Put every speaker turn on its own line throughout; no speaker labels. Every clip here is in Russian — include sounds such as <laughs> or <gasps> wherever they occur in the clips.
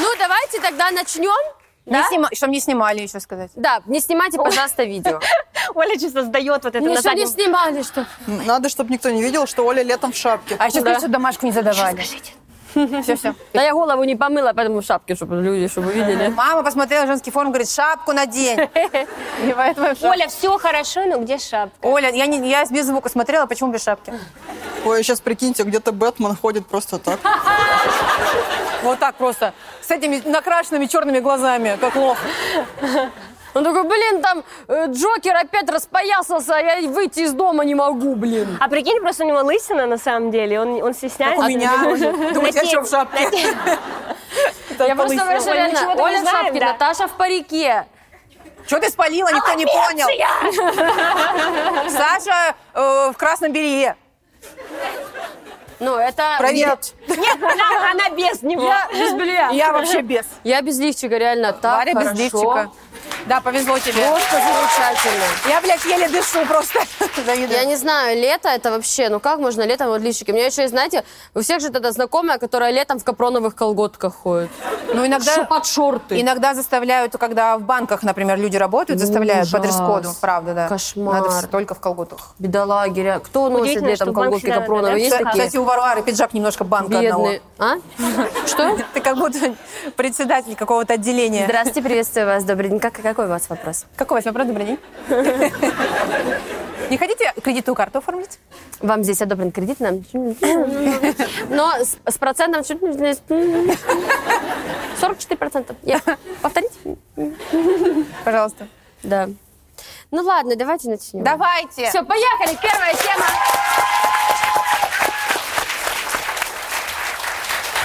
Ну, тогда начнем.
Не
Да?
снима- Что мне снимали еще сказать?
Да, не снимайте, пожалуйста, видео.
Оля чисто сдает вот это на
Ничего не
заднем
снимали, что...
Надо, чтобы никто не видел, что Оля летом в шапке.
А еще
Ну
скажи, что домашку не задавали. <laughs> Все, все.
Да я голову не помыла, поэтому шапки, чтобы люди, чтобы видели.
Мама посмотрела женский форум, говорит,
<laughs>
шапку надень. И поэтому шап-
Оля, все хорошо, но где шапка?
Оля, я, не, я без звука смотрела, почему без шапки?
Ой, сейчас прикиньте, где-то Бэтмен ходит просто так.
Вот так просто, с этими накрашенными черными глазами, как лох.
Он такой, блин, там э, Джокер опять распоясался, а я и выйти из дома не могу, блин.
А прикинь, просто у него лысина на самом деле, он, он стесняется.
А,
Как у меня. Думаете, я что в шапке?
<laughs>
Я просто говорю, что
Оль,
реально,
ничего-то не
Оля в
знаем,
шапке,
да.
Наташа в парике.
Что ты спалила, никто не понял. Саша э, в красном белье.
Ну, это...
Привет.
Нет, она, она без него.
Я без белья. Я,
Я вообще без.
без лифчика, реально, так
Варя без
хорошо.
лифчика. Да, повезло тебе.
Просто замечательно.
Я, блядь, еле дышу просто.
Я
Завидую.
не знаю, лето это вообще, ну как можно летом вот лифчики? У меня еще, есть, знаете, у всех же тогда знакомая, которая летом в капроновых колготках ходит.
Ну, иногда...
Ш- под шорты.
Иногда заставляют, когда в банках, например, люди работают, заставляют по
ужас.
дресс-коду, правда, да.
Кошмар.
Надо все только в колготах.
Бедолаги, ре- кто носит
Удивительно,
летом
что банк
колготки
всегда
капроновые? Есть
Кстати,
такие?
кстати, у Варвары пиджак немножко банка
Бедные. А?
одного. <laughs> Ты как будто председатель какого-то отделения.
Здравствуйте, приветствую вас, добрый день. Как, какой у вас вопрос?
Какой у вас вопрос? Добрый день.
<laughs>
Не хотите кредитную карту оформить?
Вам здесь одобрен кредит <laughs> нам? Но с, с процентом чуть ли не- 44%. Я... Повторите?
Пожалуйста.
Да. Ну ладно, давайте начнем.
Давайте.
Все, поехали. Первая тема.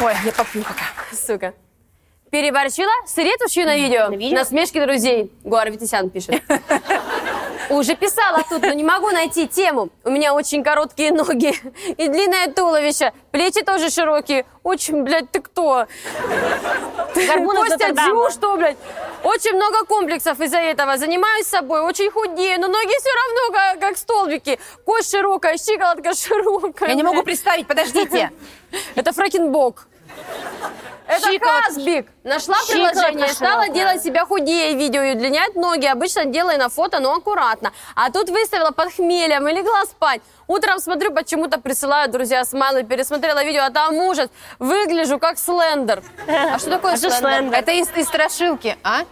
Ой, я попью какая.
Сука. Переборщила с ретушью на видео.
на видео?
Насмешки друзей. Гуар Витисян
<laughs>
пишет. Уже писала тут, но не могу найти тему. У меня очень короткие ноги и длинное туловище. Плечи тоже широкие. Очень, блядь, ты кто?
Горбун из
Костя
Нотр-Дама.
Дзю, что, блядь? Очень много комплексов из-за этого. Занимаюсь собой, очень худею, но ноги все равно как, как столбики. Кость широкая, щиколотка широкая.
Я не
блядь.
могу представить, подождите.
Это фрекенбок. Это
Щиколотка.
Казбик. Нашла
Щиколотка
приложение, стала
широкая.
делать себя худее в видео и удлинять ноги. Обычно делаю на фото, но аккуратно. А тут выставила под хмелем и легла спать. Утром смотрю, почему-то присылают друзья смайлы. Пересмотрела видео, а там ужас. Выгляжу как Слендер. А что такое
А что
Слендер?
Слендер?
Это из, из страшилки, а?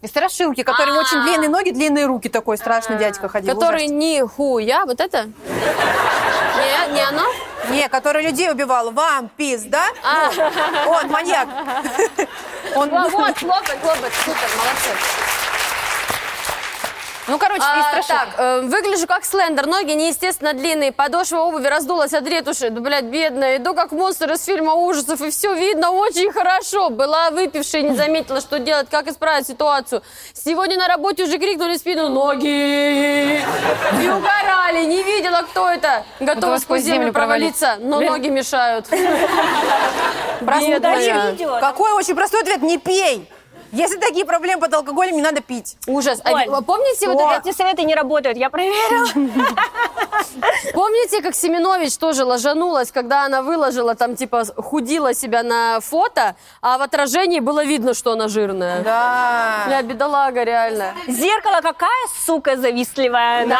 Из страшилки, которые
А.
очень длинные ноги, длинные руки такой страшный дядька ходил.
Который нихуя, вот это? Не, не оно?
ужас. Не, который людей убивал. Вам пизда.
А,
Он
<laughs>
маньяк. Он...
во- вот, хлопать, хлопать. Супер, молодцы.
<laughs> Ну, короче, из
А,
страшилки.
так, э, выгляжу как слендер, ноги неестественно длинные, подошва обуви раздулась от ретуши. Да, блядь, бедная, иду как монстр из фильма ужасов, и все видно очень хорошо. Была выпившая, не заметила, что делать, как исправить ситуацию. Сегодня на работе уже крикнули в спину «Ноги!» И угорали, не видела, кто это. Готова
Готова
сквозь землю провалиться, но ноги мешают.
Простой
Бедная.
ответ. Какой очень простой ответ? Не пей. Если такие проблемы под алкоголем, не надо пить.
Ужас. А
Оль,
вы Помните вот
Вот
этот
эти советы не работают, я проверила.
Помните, как Семенович тоже ложанулась, когда она выложила там, типа, худила себя на фото, а в отражении было видно, что она жирная?
Да.
Бля, бедолага, реально.
Зеркало какая, сука, завистливая. Да.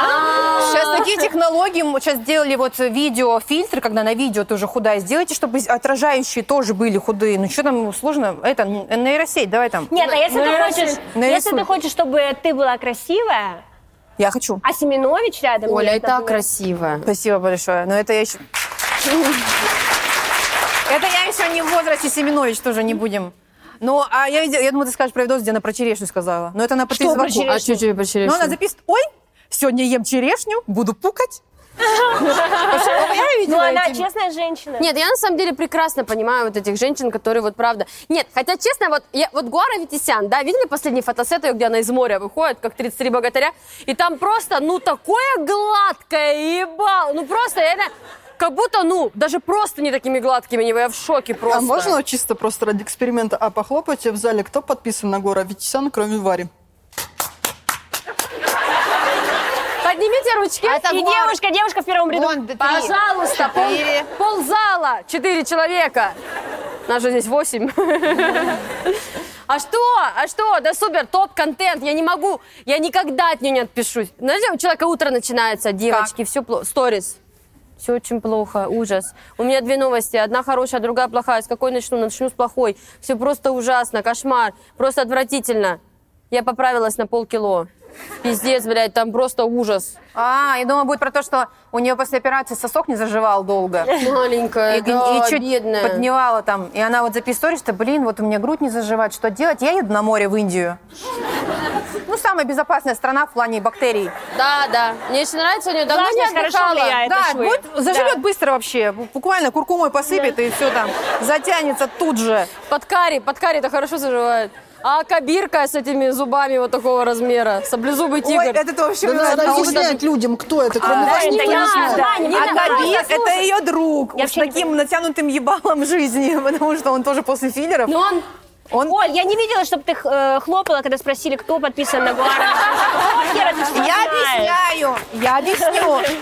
Сейчас такие технологии, м, сейчас сделали вот видео, фильтр, когда на видео тоже худая, сделайте, чтобы отражающие тоже были худые. Ну что там сложно? Это н- нейросеть, давай там.
Нет, а если ты хочешь, если
Нарисуй.
ты хочешь, чтобы ты была красивая,
Я хочу.
а Семенович рядом...
Оля,
нет,
и так
например.
красиво.
Спасибо большое. Но это я еще... Это я еще не в возрасте Семенович, тоже не будем. Ну, а я, видела- я думаю, ты скажешь про видос, где она про черешню сказала. Но это она по
Что про
Фейсбуку.
А что тебе по
Но Ну, она
черешне?
записывает, ой, сегодня ем черешню, буду пукать. Потому что Я
Ну,
видела
она
эти-
честная женщина.
Нет, я на самом деле прекрасно понимаю вот этих женщин, которые вот правда... Нет, хотя честно, вот, я, вот Гуара Витисян, да, видели последний фотосет ее, где она из моря выходит, как 33 богатыря, и там просто, ну, такое гладкое ебало, ну, просто, реально, как будто, ну, даже просто не такими гладкими не были, я в шоке просто.
А можно чисто просто ради эксперимента, а похлопайте в зале, кто подписан на Гора Витисяна, кроме Вари?
Поднимите ручки.
А
Это
И
Гуара.
девушка, девушка в первом ряду.
Вон, да три.
Пожалуйста, пол,
Четыре.
ползала, четыре человека. Нас же здесь 8. <laughs> А что? А что? Да супер, топ-контент. Я не могу, я никогда от нее не отпишусь. Знаете, у человека утро начинается, девочки, все плохо. Сторис. Все очень плохо, ужас. У меня две новости, одна хорошая, другая плохая. С какой начну? Начну с плохой. Все просто ужасно, кошмар, просто отвратительно. Я поправилась на полкило. Пиздец, блядь, там просто
<laughs>
ужас.
А, я думаю, будет про то, что у нее после операции сосок не заживал долго.
Маленькая,
И,
Э, да,
чуть
бедная.
подгнивала там. И она вот записывает, что, блин, вот у меня грудь не заживает, что делать? Я еду на море в Индию. Ну, самая безопасная страна в плане бактерий.
Да, да. Мне еще нравится, у нее давно не
Влажность хорошо
отдыхала.
влияет. А Это
да,
швы.
будет- заживет
Да.
быстро вообще. Буквально куркумой посыпет, и все там затянется тут же.
Под карри, под карри это хорошо заживает. А кабирка с этими зубами вот такого размера, саблезубый тигр.
Ой, это ты вообще
Да А, надо
ужасно.
объяснять людям, кто это, кроме
Да,
вас
это
никто
я,
не знает.
да, не
А
надо.
Габир – это ее друг.
Я
с
вообще не
таким натянутым ебалом <laughs> жизни, потому что он тоже после филлеров.
Ну,
Но Ну, он... а
Он...
Оль, я не видела, чтобы ты э, хлопала, когда спросили, кто подписан на Гуара. Какого хера ты всё
Я
знаешь?
объясняю, я объясню.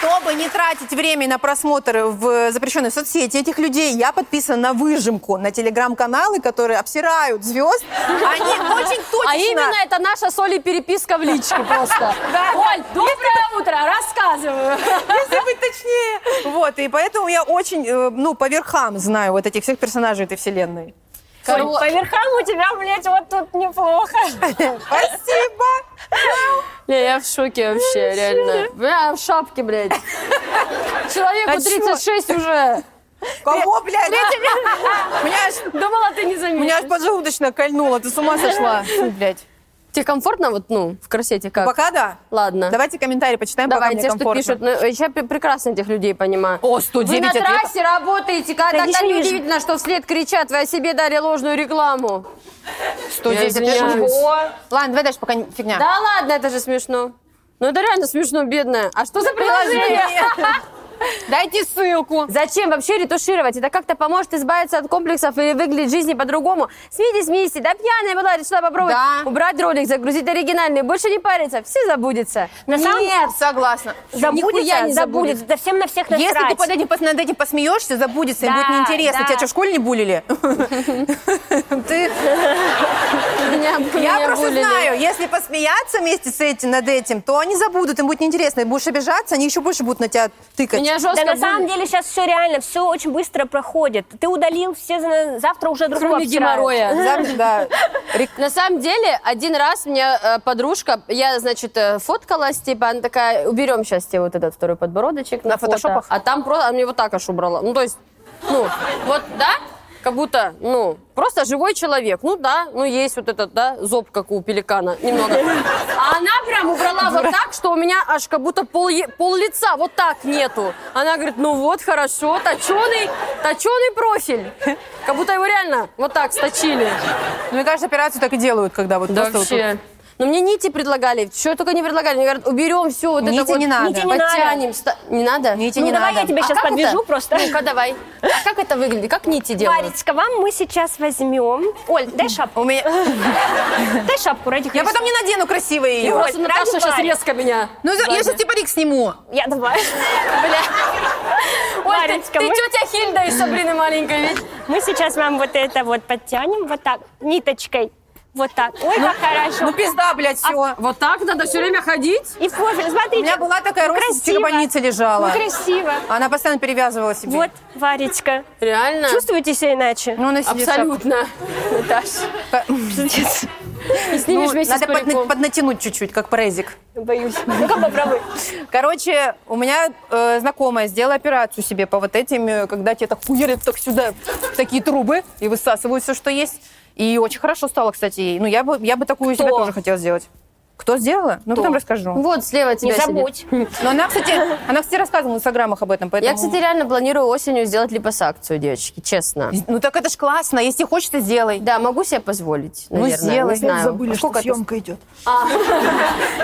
Чтобы не тратить время на просмотры в запрещенной соцсети этих людей, я подписана на выжимку, на телеграм-каналы, которые обсирают звезд. Они очень точно...
А именно это наша с Олей переписка в
<laughs>
личке просто.
Да.
Оль, доброе утро,
<laughs>
рассказываю.
Если быть точнее. Вот, и поэтому я очень, э, ну, по верхам знаю вот этих всех персонажей этой вселенной.
Оль, По верхам у тебя, блядь, вот тут неплохо.
Спасибо!
Не, я в шоке вообще, реально. Бля, в шапке,
<laughs>
блядь. Человеку
А чё?
36 уже.
Кого, блядь? У меня аж-
Думала, ты не
у меня аж
заметишь.
поджелудочно кольнуло, ты с ума сошла. Фу, блядь.
Тебе комфортно вот, ну, в корсете как?
Пока да?
Ладно.
Давайте комментарии почитаем, пока
Давай,
мне
те, что
комфортно.
пишут. Ну, я пе- прекрасно этих людей понимаю.
О,
Вы
109
на
ответов.
трассе работаете, когда
Да,
тогда
ничего не вижу.
неудивительно, что вслед кричат, вы о себе дали ложную рекламу.
110
Я извиняюсь.
ответов.
О,
Ладно, давай дальше пока не- фигня.
Да ладно, это же смешно. Ну это реально смешно, бедная. А что за приложение?
<laughs> Дайте ссылку.
Зачем вообще ретушировать? Это как-то поможет избавиться от комплексов и выглядеть в жизни по-другому. Смейтесь, смейтесь. Да пьяная была, решила попробовать
Да.
убрать ролик, загрузить оригинальный. Больше не париться, все забудется.
На самом-
Нет, согласна.
Нихуя
забудется,
не
забудется. Да всем на всех насрать.
Если ты под этим, пос- над этим посмеешься, забудется, и
Да,
будет неинтересно.
да.
Тебя что, в школе не булили? <laughs> Ты-
<laughs> Меня-
Я
меня
просто
булили.
знаю, если посмеяться вместе с этим, над этим, то они забудут, им будет неинтересно. И будешь обижаться, они еще больше будут на тебя тыкать.
Меня
Да
жестко
на самом
булили.
деле сейчас все реально, все очень быстро проходит. Ты удалил все, зна- завтра уже другого
Кроме
обсирают.
геморроя.
Зам- да. Рек-
На самом деле, один раз мне э, подружка, я, значит, э, фоткалась, типа, она такая, уберем сейчас тебе вот этот второй подбородочек на,
На
фото».
фотошопах?
А там просто, она мне вот так аж убрала. Ну, то есть, ну, вот, да, как будто, ну, просто живой человек. Ну, да, ну, есть вот этот, да, зоб, как у пеликана, немного. А она прям убрала вот так, что у меня аж как будто пол, е- пол лица вот так нету. Она говорит, ну вот, хорошо, точеный, точеный профиль. Как будто его реально вот так сточили.
Ну, Мне кажется, операцию так и делают, когда вот
Да
просто вот
вообще. Но мне нити предлагали, что только не предлагали. Мне говорят, уберем все, вот
Нити
это вот.
не надо. Нити
не
Подтянем. ста- Не надо?
Нити
Ну
не
давай
надо.
я тебя
А
сейчас
как
подвяжу
это?
просто.
Ну-ка, давай. А как это выглядит? Как нити делают?
Маречка, вам мы сейчас возьмем. Оль, дай
У
шапку.
меня...
Дай шапку ради
Я
Христа.
потом не надену красиво ее.
Ой,
Просто Наташа
ради
сейчас
Вари.
резко меня.
Ну, за- я сейчас типа рик сниму.
Я давай. <laughs>
Ой, ты,
Маречка,
ты
мы-
тетя Хильда из Сабрины маленькая ведь.
Мы сейчас вам вот это вот подтянем, вот так, ниточкой. Вот так. Ой, как
Ну,
хорошо.
пизда, блядь, все.
Вот так надо все время ходить?
И позже,
У меня
смотрите.
была такая
ну,
розница,
красиво.
в больнице
Ну,
лежала.
красиво.
Она постоянно перевязывала себе.
Вот, Варечка.
Реально?
Чувствуете себя иначе?
Ну, она сидит
Абсолютно. Наташа.
шапка.
И снимешь
Ну,
вместе с
надо подна-
париком.
поднатянуть чуть-чуть, как парезик.
Боюсь. Ну-ка, попробуй.
Короче, у меня э, знакомая сделала операцию себе по вот этим, э, когда тебе так хуярят так сюда, в такие трубы, и высасывают все, что есть. И очень хорошо стало, кстати, ей. Ну, я бы, я бы такую себе тоже хотела сделать. Кто сделала? Ну, потом расскажу.
Вот слева тебя
Не
сидит.
забудь.
Но она, кстати, она, кстати, рассказывала в инстаграмах об этом, поэтому...
Я, кстати, реально планирую осенью сделать липосакцию, девочки, честно.
Ну, так это ж классно. Если хочется, сделай.
Да, могу себе позволить, наверное.
сделай.
не знаю.
Забыли, что
Сколько это?
съемка идет.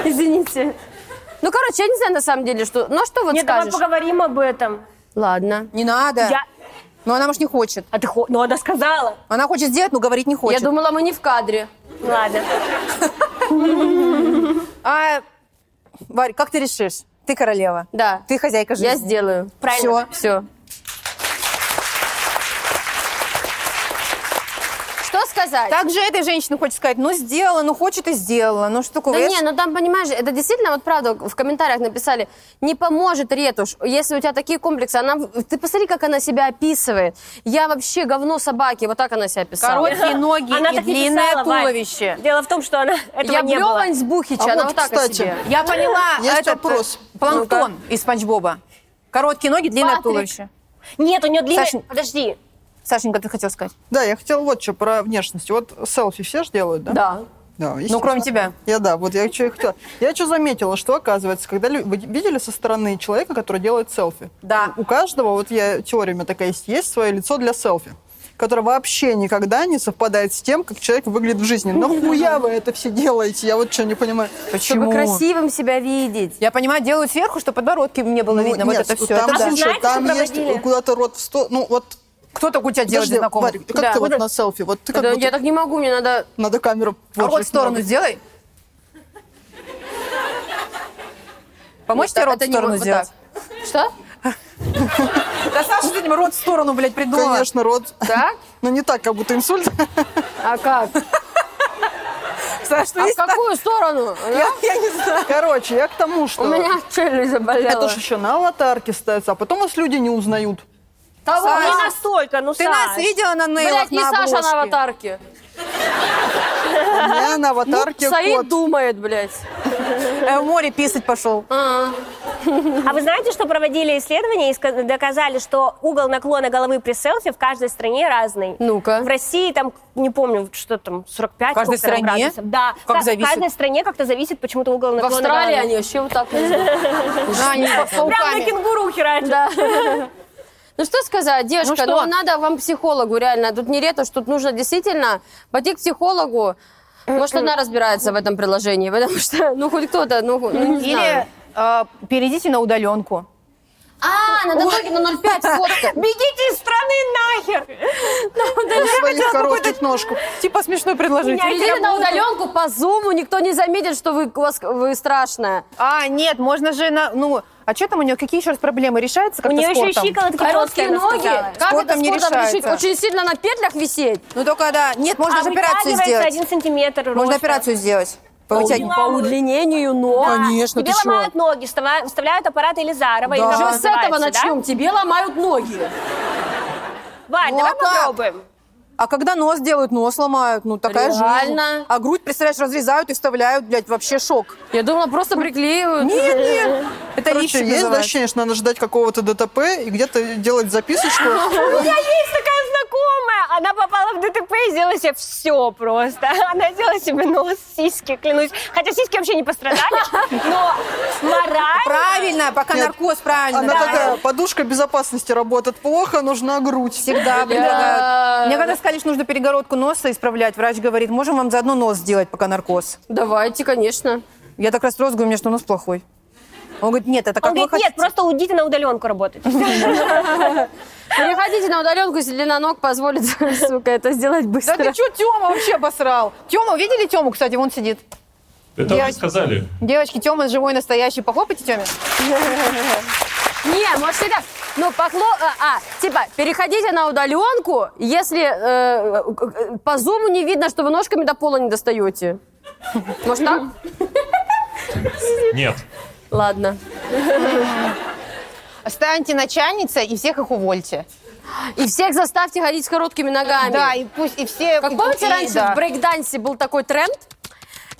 Извините. Ну, короче, я не знаю на самом деле, что... Ну, а что вот
Нет, давай
скажешь?
поговорим об этом.
Ладно.
Не надо.
Я...
Но она, может, не хочет.
А ты хо... Ну, она сказала.
Она хочет сделать, но говорить не хочет.
Я думала, мы не в кадре.
Ладно.
А, Варь, как ты решишь? Ты королева.
Да.
Ты хозяйка жизни.
Я сделаю.
Правильно.
Все. Что сказать?
Также этой женщине хочет сказать, ну сделала, ну хочет и сделала, ну что такое?
Да
Я
не, ну там, понимаешь, это действительно, вот правда, в комментариях написали, не поможет ретушь, если у тебя такие комплексы. Она, ты посмотри, как она себя описывает. Я вообще говно собаки, вот так она себя писала.
Короткие ноги
Она
и
так не
длинное
писала, Варь.
туловище.
Дело в том, что она этого
я
не было.
блевань с Бухича,
А
она
вот,
вот так о
кстати,
себе.
Я поняла
<laughs> Есть
этот
вопрос.
э, планктон из Спанч Боба. Короткие ноги, длинное
Патрик.
туловище.
Нет, у нее длинная...
Саш,
Подожди.
Сашенька, ты хотел сказать?
Да, я хотела вот что про внешность. Вот селфи все же делают, да?
Да.
Да,
Ну,
естественно.
кроме тебя.
Я да, вот я что и хотела. Я что заметила, что оказывается, когда лю- вы видели со стороны человека, который делает селфи?
Да.
У каждого, вот я теория у меня такая есть, есть свое лицо для селфи которое вообще никогда не совпадает с тем, как человек выглядит в жизни. Нахуя вы это все делаете? Я вот что не понимаю.
Ну,
Чтобы красивым себя видеть.
Я понимаю, делают сверху, чтобы подбородки мне было
Ну,
видно.
нет,
вот это все.
Там,
Это
А
да.
вы
слушай,
знаете,
там
что
есть
проводили?
куда-то рот в сто... Ну, вот...
Кто так у тебя делает
Подожди,
знакомых?
Варя, как
Да.
ты вот на селфи? Вот ты как
Да,
будто-
я так не могу, мне надо...
Надо камеру...
А вот
поджечь
в сторону
надо.
сделай. Помочь тебе
так,
рот в
это не
сторону
вот
сделать?
Что?
Да Саша с этим рот в сторону, блядь, придумала.
Конечно, рот. <laughs>
Так?
Но не так, как будто инсульт.
А как?
Саша, что
А в
есть?
какую сторону?
Я, я не знаю.
Короче, я к тому, что...
У меня челюсть заболела.
Это же еще на аватарке ставится, а потом вас люди не узнают.
Кого?
Саш,
Не
Не
нас-
настолько, ну,
Ты
Саш.
нас видела на нейлах
Блядь, не
на
Саша на
обложке?
аватарке.
У меня на аватарке
Саид
кот.
думает, блядь.
Э, В море писать пошел.
А вы знаете, что проводили исследования и ска- доказали, что угол наклона головы при селфи в каждой стране разный.
Ну-ка.
В России там, не помню, что там, 45
В каждой
сколько там
стране?
градусов. Да.
Как
Ка-
зависит?
В каждой стране как-то зависит почему-то угол
В
наклона
Австралии
головы.
они вообще вот <laughs> так вот идут.
Да,
А,
они с
Прям на
пауками.
кенгуру херачат.
Да. <laughs> Ну что сказать, девушка, ну,
Ну что?
надо вам психологу, реально. Тут не ретушь, тут нужно действительно пойти к психологу. Может, она разбирается в этом приложении, потому что, ну, хоть кто-то, ну, ну, не
Или
знаю.
э, перейдите на удаленку.
А, на дороге на 0,5 фотка.
Бегите из страны нахер!
На своих коротких ножках.
Типа смешное предложение.
Идите на удаленку по зуму, никто не заметит, что вы, у вас- вы страшная.
А, нет, можно же на... Ну, а что там у нее? Какие еще раз проблемы решаются?
У
как-то
нее еще и
спортом?
щиколотки
Короткие
короткие, она
ноги,
сказала.
как
Спортом
это
не
спортом
решается.
решить? Очень сильно на петлях висеть.
Ну, только, да. Нет, можно
а
же операцию
вытягивается
сделать.
один сантиметр.
Можно
роста.
операцию сделать. Повытягивать.
По удлинению ног.
Да.
Конечно,
Тебе
ты чё?
ломают ноги, вставляют, вставляют аппарат Елизарова. или
Да.
как он
Уже с этого
называется,
начнем. Тебе ломают ноги.
Да? Варь,
Ну,
давай
а как?
попробуем.
А когда нос делают, нос ломают. Ну, такая
Реально?
жизнь. А грудь, представляешь, разрезают и вставляют, блядь, вообще шок.
Я думала, просто приклеивают.
Нет, нет. Это
Короче,
лифчик
есть да,
называется.
ощущение, что надо ждать какого-то ДТП и где-то делать записочку.
У меня есть такая знакомая. Она попала в ДТП и сделала себе все просто. Она сделала себе нос, сиськи, клянусь. Хотя сиськи вообще не пострадали, но морально...
Правильно, пока
Нет.
наркоз правильно.
Она
да.
такая, подушка безопасности работает плохо, нужна грудь.
Всегда предлагают.
Бля.
Мне когда сказали, что нужно перегородку носа исправлять, врач говорит, можем вам заодно нос сделать, пока наркоз.
Давайте, конечно.
Я так расстроилась, говорю, мне что нос плохой. Он говорит, нет, это как
Он
вы
говорит, нет,
хотите.
просто уйдите на удаленку работать.
Переходите на удаленку, если длина ног позволит, <laughs> сука, это сделать
Да ты
быстро.
что, Тёма вообще обосрал? Тёма, видели Тёму, кстати, вон сидит.
Это
Я-
уже сказали.
Девочки, Тёма живой, настоящий. Похлопайте Тёме.
Не, может и так. Ну, покло... А, а, типа, переходите на удаленку, если э, э, по зуму не видно, что вы ножками до пола не достаете. Может так?
Нет.
Ладно.
Станьте начальницей и всех их увольте.
И всех заставьте ходить с короткими ногами.
Да, и пусть и все...
Как
и-
помните,
и-
раньше
да.
в брейкдансе был такой тренд?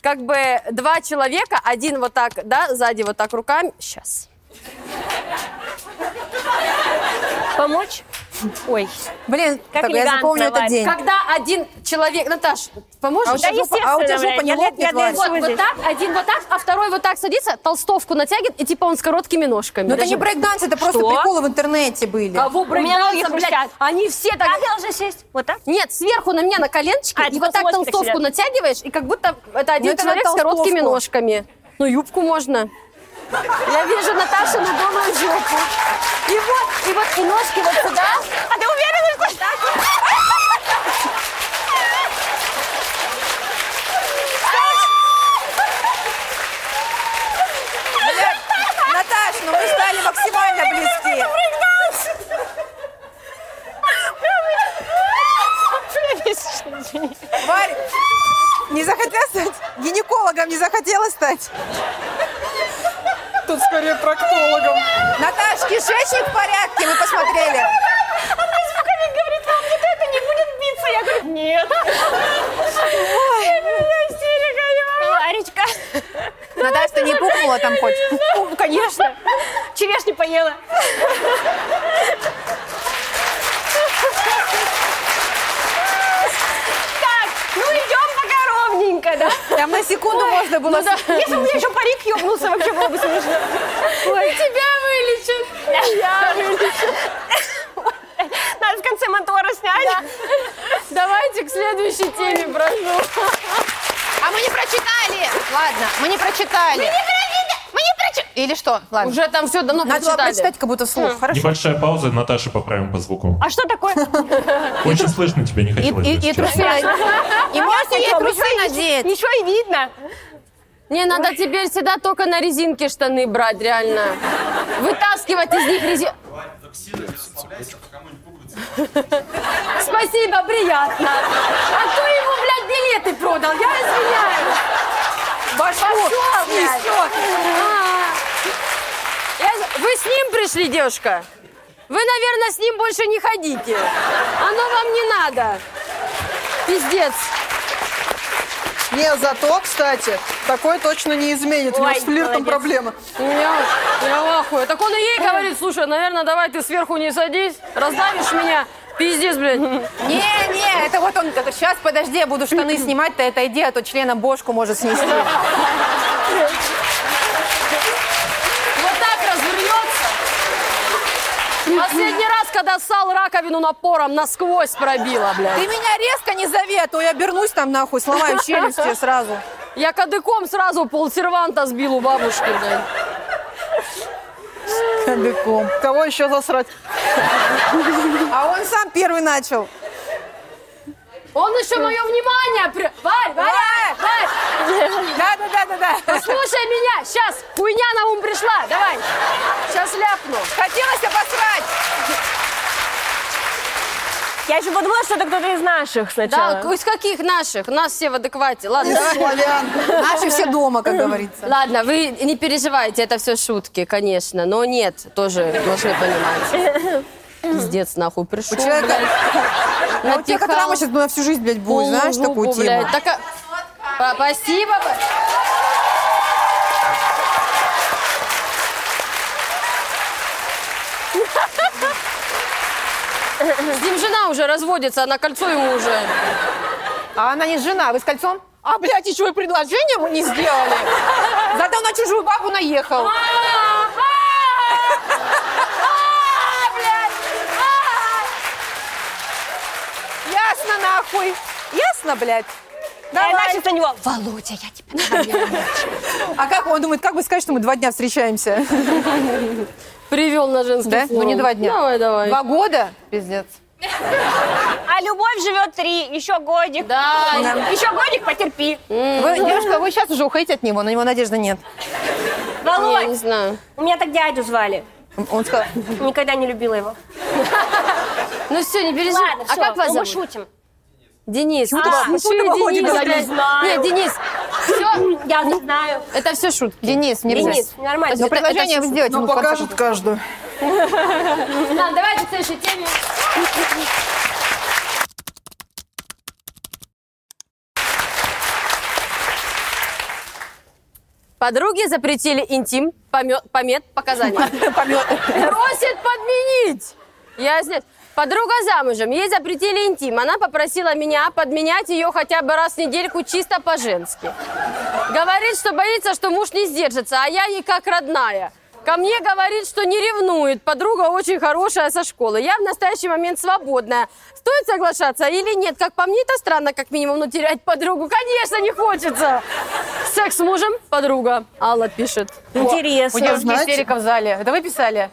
Как бы два человека, один вот так, да, сзади вот так руками. Сейчас.
Помочь? Ой.
Блин,
Как
так, я
элегантно,
запомню этот
Варя.
день.
Когда один человек... Наташ,
А у
поможешь?
тебя
Да,
жопа, а у тебя
естественно,
жопа не
я- я-
лопнет,
я-
Варя?
Вот,
Что
вот
здесь?
так, один вот так, а второй вот так садится, толстовку натягивает, и типа он с короткими ножками.
Ну это не
Подожди.
брейкданс, это просто
Что?
приколы в интернете были.
Кого
У меня ноги
брейкдансом, блядь?
хрустят.
Они все так...
Как я уже сесть? Вот так?
Нет, сверху на меня на коленочке,
А,
и
типа
вот так
смотрят,
толстовку
сидят.
натягиваешь, и как будто это один
Ну, это на
человек с короткими
толстовку.
ножками. Ну, юбку можно. Я вижу Наташу на голую жопу. И вот, и вот, и ножки вот сюда.
А ты уверена, что так?
Наташ, ну мы стали максимально близки.
Видишь, отношений.
Варь, не захотела стать? Гинекологом не захотела стать?
Тут скорее проктологом.
Наташ, кишечник в порядке, мы посмотрели.
Психолог говорит, вам вот это не будет биться. Я говорю, нет. Ларечка.
Наташ, ты не пукнула там хоть?
Ну, конечно. Черешни поела. Так, ну идем пока ровненько, да?
Там на секунду можно было...
Ну да. Если бы у меня еще парик ёбнулся, вообще было бы смешно. Ой, тебя вылечат. Я вылечу. Надо в конце мотора снять.
Давайте к следующей теме прошу.
А мы не прочитали! Ладно, мы не прочитали. Мы не прочитали! Мы не прочитали! Или что? Ладно.
Уже там все давно
Надо было
прочитали.
прочитать как будто вслух. Хорошо.
Небольшая пауза, Наташа поправим по звуку.
А что такое?
Очень слышно тебя не
И,
хотелось бы
и- и
сейчас.
трусы надеть. И можно ей трусы надеть.
Ничего и видно.
Не, надо теперь всегда только на резинке штаны брать, реально. Вытаскивать из них резинку. Спасибо, приятно. А кто ему, блядь, билеты продал? Я извиняюсь.
Башку.
Пошел, блядь. А.
Всё.
Я з- Вы с ним пришли, девушка? Вы, наверное, с ним больше не ходите. Оно вам не надо. Пиздец.
Не, зато, кстати, такое точно не изменит. У него
Ой,
с флиртом
молодец.
проблема.
Я, я в ахуе. Так он и ей говорит, слушай, наверное, давай ты сверху не садись, раздавишь меня. Пиздец, блядь.
Не, не, это вот он. Сейчас, подожди, я буду штаны снимать, ты отойди, а то членом бошку может снести.
Вот так развернется. Последний раз, когда ссал раковину напором, насквозь пробила,
Ты
блядь.
меня резко не зови, а то я обернусь там нахуй, сломаю челюсть тебе сразу.
Я кадыком сразу пол серванта сбил у бабушки, блядь.
Кобяком. Кого еще засрать?
А он сам первый начал.
Он еще мое внимание... При... Варь, Варя,
Варя!
Варь,
Да, да, да, да, да.
слушай меня, сейчас хуйня на ум пришла, давай. Сейчас ляпну.
Хотелось обосрать.
Я еще подумала, что это кто-то из наших сначала.
из каких наших? Нас все в адеквате. Ладно,
Из славян.
Наши все дома, как говорится.
Ладно, вы не переживайте, это все шутки, конечно. Но нет, тоже должны понимать. Пиздец, нахуй, пришел.
У человека... А Ну, вот тебе
Натихал.
Катрама сейчас на всю жизнь, блядь, будет, знаешь, такую
Полужопу,
тему.
блядь. Так, а- Па- Спасибо. С ним жена уже разводится, она кольцо ему уже.
А она не жена, вы с кольцом? А, блядь, еще и предложение мы не сделали. Зато на чужую бабу наехал. Ясно, нахуй. Ясно, блядь.
Да,
Давай.
значит, на него.
Володя, я тебе...
А как он думает, как бы сказать, что мы два дня встречаемся?
Привел на женский
Да? Ну,
форум.
не два дня.
Давай, давай.
Два года? Пиздец.
А любовь живет три, еще годик.
Да,
Еще годик потерпи.
Вы, девушка, вы сейчас уже уходите от него, на него надежды нет.
я не
Володь,
знаю.
у меня так дядю звали.
Он сказал,
Никогда не любила его.
Ну все, не переживай.
Ладно, Ну,
а
все,
как вас
мы
зовут?
шутим.
Денис.
ты
А,
Володя
еще и
Володя
Денис,
говорит?
блядь.
Не знаю.
Нет, Денис. Все,
Я не знаю.
это все шутки.
Денис, не
Денис,
ржись.
нормально.
Это-
Но
это
предложение
шутка.
вы сделаете.
Ну,
ну, в конце
покажет каждую.
Ладно, давайте к следующей теме. Подруги запретили интим, помё- помет, показания. Просит подменить. Я здесь. Подруга замужем, ей запретили интим. Она попросила меня подменять ее хотя бы раз в недельку чисто по-женски. Говорит, что боится, что муж не сдержится, а я ей как родная. Ко мне говорит, что не ревнует. Подруга очень хорошая со школы. Я в настоящий момент свободная. Стоит соглашаться или нет? Как по мне, это странно, как минимум, но терять подругу, конечно, не хочется. Секс с мужем? Подруга. Алла пишет.
Ну, У
Интересно.
девушки
знаете-
истерика в зале. Это вы писали?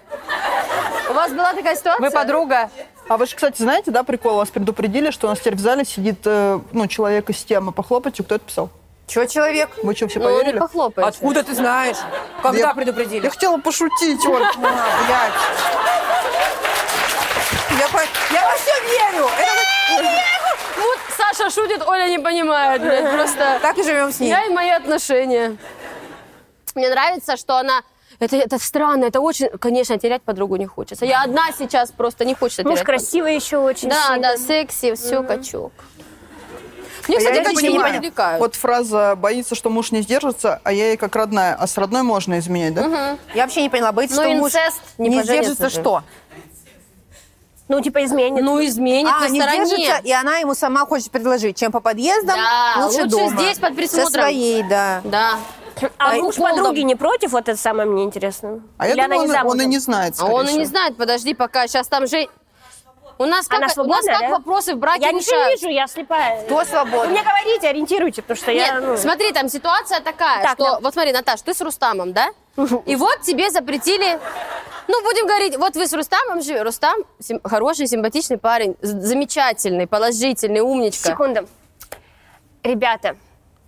У вас была такая ситуация?
а Вы подруга?
А вы же, кстати, знаете, да, прикол? Вас предупредили, что у нас теперь в зале сидит, э, ну, человек из темы. Похлопайте, кто это писал?
Чё, человек?
Вы что, все
Ну, он не
поверили?
похлопает.
Откуда ты знаешь? Когда
Я-
предупредили?
Я хотела пошутить,
<laughs>
Оль.
А, блядь. Я, по- я во все верю. Это вот-
Ну, Вот, Саш, Саша шутит, Оля не понимает, блядь, просто...
Так и живем с ней.
Я и мои отношения. Мне нравится, что она... Это, это странно, это очень... Конечно, терять подругу не хочется. Я одна сейчас просто не хочется
Муж
терять
красивый еще очень
подругу. Да,
сильно.
да, секси, все, качок. Мне,
А я
кстати,
не
качки не
понимаю.
привлекают.
Вот фраза «боится, что муж не сдержится, а я ей как родная». А с родной можно изменять, да?
Я вообще не поняла, боится,
Ну,
что муж
инцест не
не
поженится
держится,
же.
что?
Ну, типа изменит.
Ну, изменит
А,
на
не
стороне.
держится, и она ему сама хочет предложить, чем по подъездам,
Да,
лучше,
лучше
дома.
здесь, под присмотром.
Со своей, да.
Да.
а
ай,
муж
голдом.
подруги не против? Вот это самое мне интересно.
А я
Или она
думаю,
не
он, он и
замужем?
не знает,
А
скорее
он и не
всего.
знает, подожди, пока сейчас там же... У нас как,
Она
у нас
свободная,
как
да?
вопросы в браке
Я ничего не
решают?
вижу, я слепая.
Кто
Вы
свободен?
мне говорите, ориентируйте, потому что
Нет,
я... ну,
смотри, там ситуация такая,
Так,
что...
да.
Вот смотри, Наташ, ты с Рустамом,
<laughs>
да? И вот тебе запретили... Ну, будем говорить, вот вы с Рустамом живете. Рустам сим- хороший, симпатичный парень, з- замечательный, положительный, умничка.
Секунду. Ребята,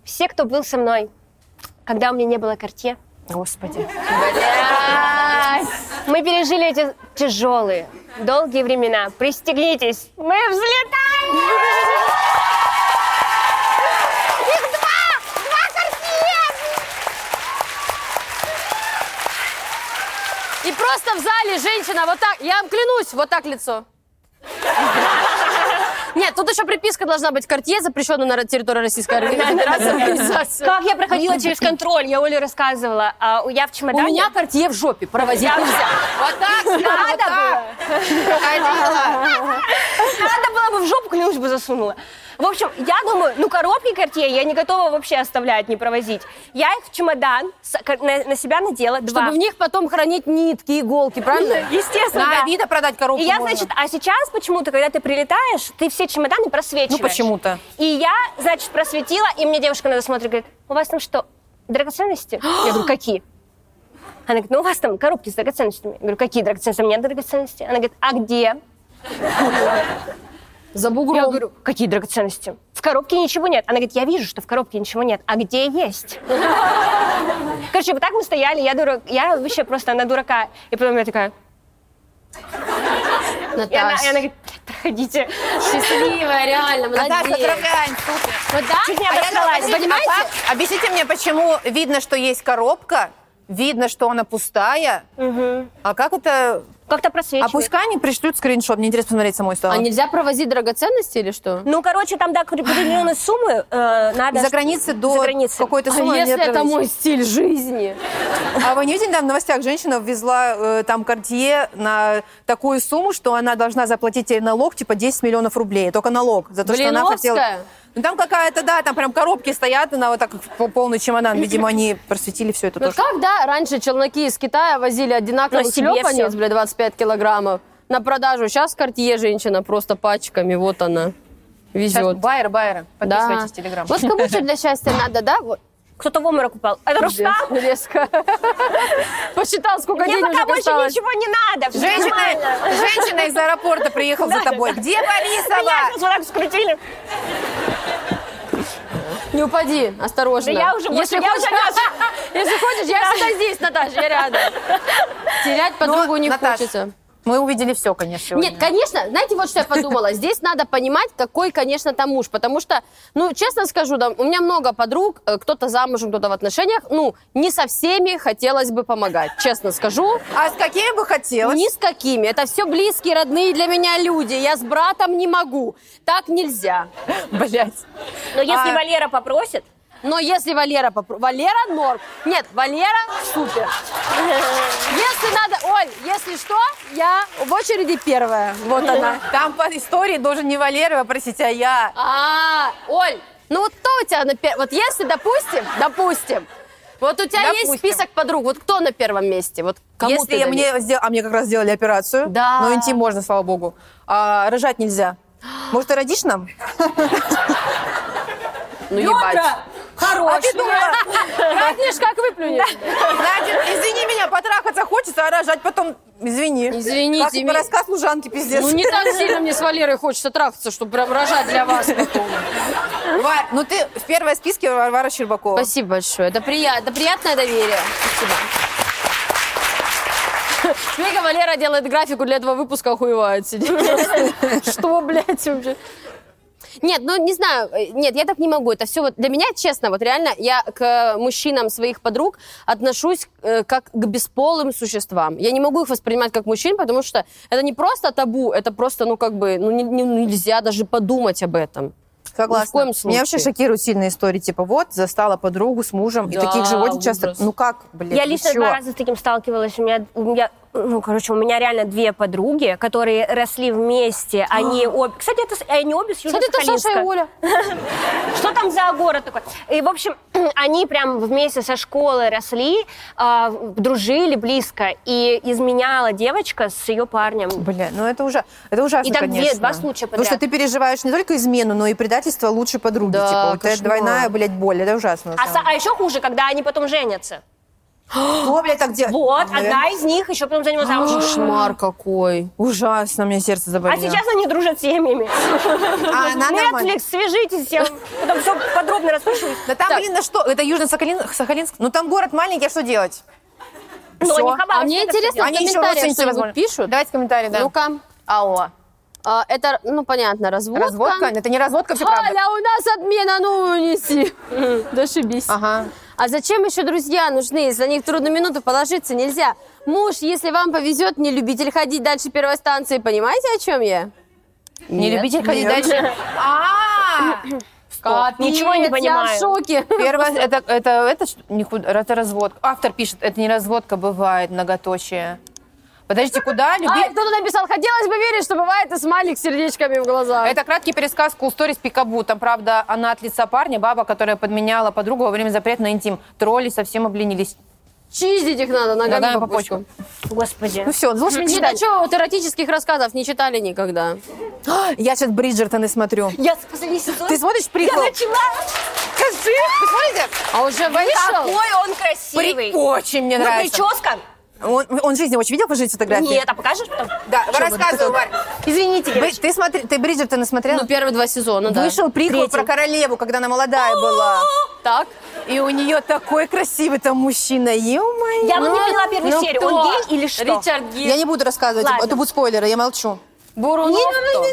все, кто был со мной, когда у меня не было карте,
Господи.
мы пережили эти тяжелые, долгие времена. Пристегнитесь, мы взлетаем! Их два! Два картье!
И просто в зале женщина вот так, я вам клянусь, вот так лицо. Нет, тут еще приписка должна быть «Кортье запрещена на территории Российской
<laughs>
Федерации организации».
Как я проходила через контроль, я Оле рассказывала. А я в
У
чемодане...
меня «Кортье» в жопе, провозить
<laughs>
нельзя. Вот так, Сна, вот
Надо
так.
было.
а
Надо было бы в жопу клянусь бы засунула. В общем, я думаю, ну коробки Cartier я не готова вообще оставлять, не провозить. Я их в чемодан с- ко- на, на себя надела два.
Чтобы в них потом хранить нитки, иголки, правильно?
Естественно,
На
да.
Авито продать коробку
И я,
можно.
значит, а сейчас почему-то, когда ты прилетаешь, ты все чемоданы просвечиваешь.
Ну, почему-то.
И я, значит, просветила, и мне девушка надо смотрит, говорит, у вас там что, драгоценности? Я говорю, какие? Она говорит, ну у вас там коробки с драгоценностями. Я говорю, какие драгоценности? У меня драгоценности. Она говорит, а где?
За
Я
бугром.
говорю, какие драгоценности? В коробке ничего нет. Она говорит, я вижу, что в коробке ничего нет. А где есть? Короче, вот так мы стояли, я дурак, я вообще просто, она дурака. И потом я такая, и она, и она
Наташа,
говорит, проходите.
счастливая, реально,
Наташа,
молодец.
поздравляем, супер.
Вот так?
Чуть не
А я
обосралась,
говорю,
понимаете?
а как- объясните мне, почему видно, что есть коробка, видно, что она пустая, а как это...
Как-то
А
просвечивает.
пусть они пришлют скриншот, мне интересно посмотреть самой стало.
А нельзя провозить драгоценности или что?
Ну, короче, там до определенной суммы э, надо...
Из-за границы до
За границы.
какой-то
А
суммы они
если это
отправились.
мой стиль жизни?
А вы не видели, там в новостях женщина ввезла э, там кортье на такую сумму, что она должна заплатить ей налог, типа 10 миллионов рублей. Только налог за то, что она
Блиновская?
хотела... Ну там какая-то, да, там прям коробки стоят, она вот так по- полный чемодан. Видимо, они просветили все это
Ну
тоже.
как, да, раньше челноки из Китая возили одинаковый
На себе
шлепанец,
всё.
бля, 25 килограммов на продажу. Сейчас Кортье женщина просто пачками, вот она,
Сейчас
везет.
байер, байер.
Да.
Подписывайтесь в Телеграм.
Вот
<laughs>
кому что для счастья надо, да? Вот.
Кто-то в обморок упал. Это Рустам?
Резко. <laughs> Посчитал, сколько
Мне пока
денежек
больше
осталось.
ничего не надо. Всё нормально.
Женщина, женщина из аэропорта приехала за
Да, да,
тобой.
да.
Где
Меня
Борисова?
сейчас вот так скрутили.
Не упади, осторожно.
Да я уже больше-
Если
я
хочешь,
уже
<laughs> если хочешь, я всегда здесь, Наташа, я рядом. Терять подругу
Ну,
не
Наташ,
хочется.
Мы увидели все, конечно. сегодня.
Нет, конечно, знаете, вот что я подумала. Здесь надо понимать, какой, конечно, там муж. Потому что, ну, честно скажу, да, у меня много подруг, э, кто-то замужем, кто-то в отношениях. Ну, не со всеми хотелось бы помогать, честно скажу.
А с какими бы хотелось?
Ни с какими. Это все близкие, родные для меня люди. Я с братом не могу. Так <laughs> нельзя.
Блять.
Но если
А.
Валера попросит,
Но если Валера попро... Валера норм. Нет, Валера <laughs> супер. Если надо... Оль, если что, я в очереди первая. Вот она.
<laughs> Там по истории должен не Валера попросить, а я.
<laughs> А, Оль, ну вот кто у тебя на первом... Вот если, допустим, допустим, вот у тебя есть
Допустим.
список подруг, вот кто на первом месте? Вот кому
Если
ты
я
залез?
мне сдел- а мне как раз сделали операцию,
Да.
но интим можно, слава богу. А рожать нельзя. Может, ты родишь нам?
Ну, ебать.
А ты думала,
Трахнешь, как выплюнешь.
Надя, извини меня, потрахаться хочется, а рожать потом, извини.
Извините
Как
меня.
по рассказ служанки, пиздец.
Ну, не так сильно мне с Валерой хочется трахаться, чтобы прям рожать для вас потом.
Варь, ну ты в первой списке Варвара Щербакова.
Спасибо большое. Это, прият- это приятное доверие. Спасибо. Мега Валера <laughs> делает графику для этого выпуска, охуевает сидит. Что, блядь, вообще? Нет, ну не знаю, э, нет, я так не могу. Это все вот для меня, честно, вот реально, я к э, мужчинам своих подруг отношусь э, как к бесполым существам. Я не могу их воспринимать как мужчин, потому что это не просто табу, это просто, ну как бы, ну не- не- нельзя даже подумать об этом.
Согласна.
Ни в коем
Меня
случае.
вообще шокируют сильные истории, типа вот, застала подругу с мужем, и
Да,
таких же очень часто.
ужас.
Ну как, блин,
Я
вы
лично
чё?
два раза с таким сталкивалась. У меня, у меня, ну, короче, у меня реально две подруги, которые росли вместе. Они обе... Кстати, это, с- они обе с
Что ты то А. Саша и
Южно-Сахалинска.
Оля?
Что там за город такой? И, в общем, <clears throat> они прям вместе со школы росли, а, дружили близко. И изменяла девочка с ее парнем.
Бля, ну это уже, это ужасно,
И так две-
конечно.
два случая
Потому что
подряд.
ты переживаешь не только измену, но и предательство лучшей подруги.
Да,
типа, вот это
кошмар.
двойная, блядь, боль, это ужасно. на
А,
самом
са- а еще хуже, когда они потом женятся.
деле. Кто, блядь, так делает?
Вот,
Наверное.
одна из них еще потом за него замуж.
Кошмар какой.
Ужасно, мне сердце
А
заболело.
сейчас они дружат семьями. <laughs>
А, она нормально.
Netflix, свяжитесь, я вам потом все подробно распишусь.
Да там,
Так.
блин, на что? Это Южно-Сахалинск? Ну там город маленький, а что делать?
Но
Всё.
они в Хабаровске
А мне
это
интересно,
всё
в
Они еще
комментариях
родственники,
что-нибудь
возможно.
пишут.
Давайте комментарии, да.
Ну-ка.
Алло.
А, это, ну, понятно, разводка.
Разводка? Это не разводка, все правда.
Аля, у нас отмена, ну неси. Дошибись.
Ага.
А зачем еще друзья нужны? Из-за них трудно минуту положиться нельзя. Муж, если вам повезет, не любитель ходить дальше первой станции. Понимаете, о чем я?
Не любитель ходить
Нет.
<laughs>
дальше. А!
Ничего не
Нет, Я
понимаю.
в шоке.
Первое, это, это, это, ш- никуда- это разводка. Автор пишет, это не разводка, бывает многоточие. Подождите, куда?
А,
Люби...
<laughs> кто-то написал, хотелось бы верить, что бывает и смайлик с сердечками в глазах.
Это краткий пересказ Cool Stories Пикабу. Там, правда, она от лица парня, баба, которая подменяла подругу во время запрета на интим. Тролли совсем обленились.
Чиздить их надо ногами,
Ногами по
по почкам.
Господи.
Ну все, лучше не
Нет, а
читать.
что, вот эротических рассказов не читали никогда.
Я сейчас Бриджертоны смотрю.
Я с последней сезон.
Ты смотришь прикол?
начала.
Скажи, вы смотрите?
А уже вышел?
Какой он красивый.
При- Очень мне
Ну,
нравится.
прическа?
Он, он в жизни очень видел, пожалуйста, фотографии?
Нет, а покажешь потом?
Да, рассказывай, Варь.
Извините,
Бри- Ты, смотри, ты Бриджертона смотрела?
Ну, первые два сезона, да.
Вышел приквел про королеву, когда она молодая была.
Так.
И у нее такой красивый там мужчина, ё-моё.
Я вот не поняла первую
Ну
серию.
кто?
Он гей или что?
Ричард Гир.
Я не буду рассказывать,
Ладно.
это будут спойлеры, я молчу.
Бурунов кто?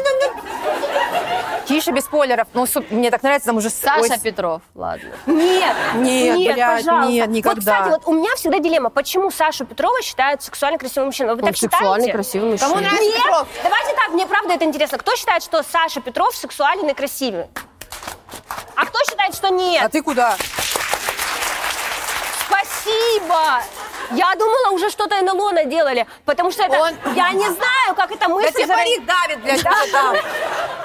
Тише, без спойлеров. Ну, су- мне так нравится, там уже... с-
Саша
ой, с-
Петров, ладно.
Нет,
Нет,
нет,
блядь,
пожалуйста.
нет, никогда.
Вот, кстати, вот у меня всегда дилемма, почему Сашу Петрова считают сексуально красивым мужчиной? Вы
Он
так
сексуальный,
считаете?
красивый мужчина.
Кому нравится
Нет,
Петров?
давайте так, мне правда это интересно. Кто считает, что Саша Петров сексуален и красивый? А кто считает, что нет?
А ты куда?
Спасибо! Я думала, уже что-то НЛО наделали, потому что это...
Он-
Я не знаю, как это
Да
мысль...
тебе
зара-
парик давит, блядь, да, да.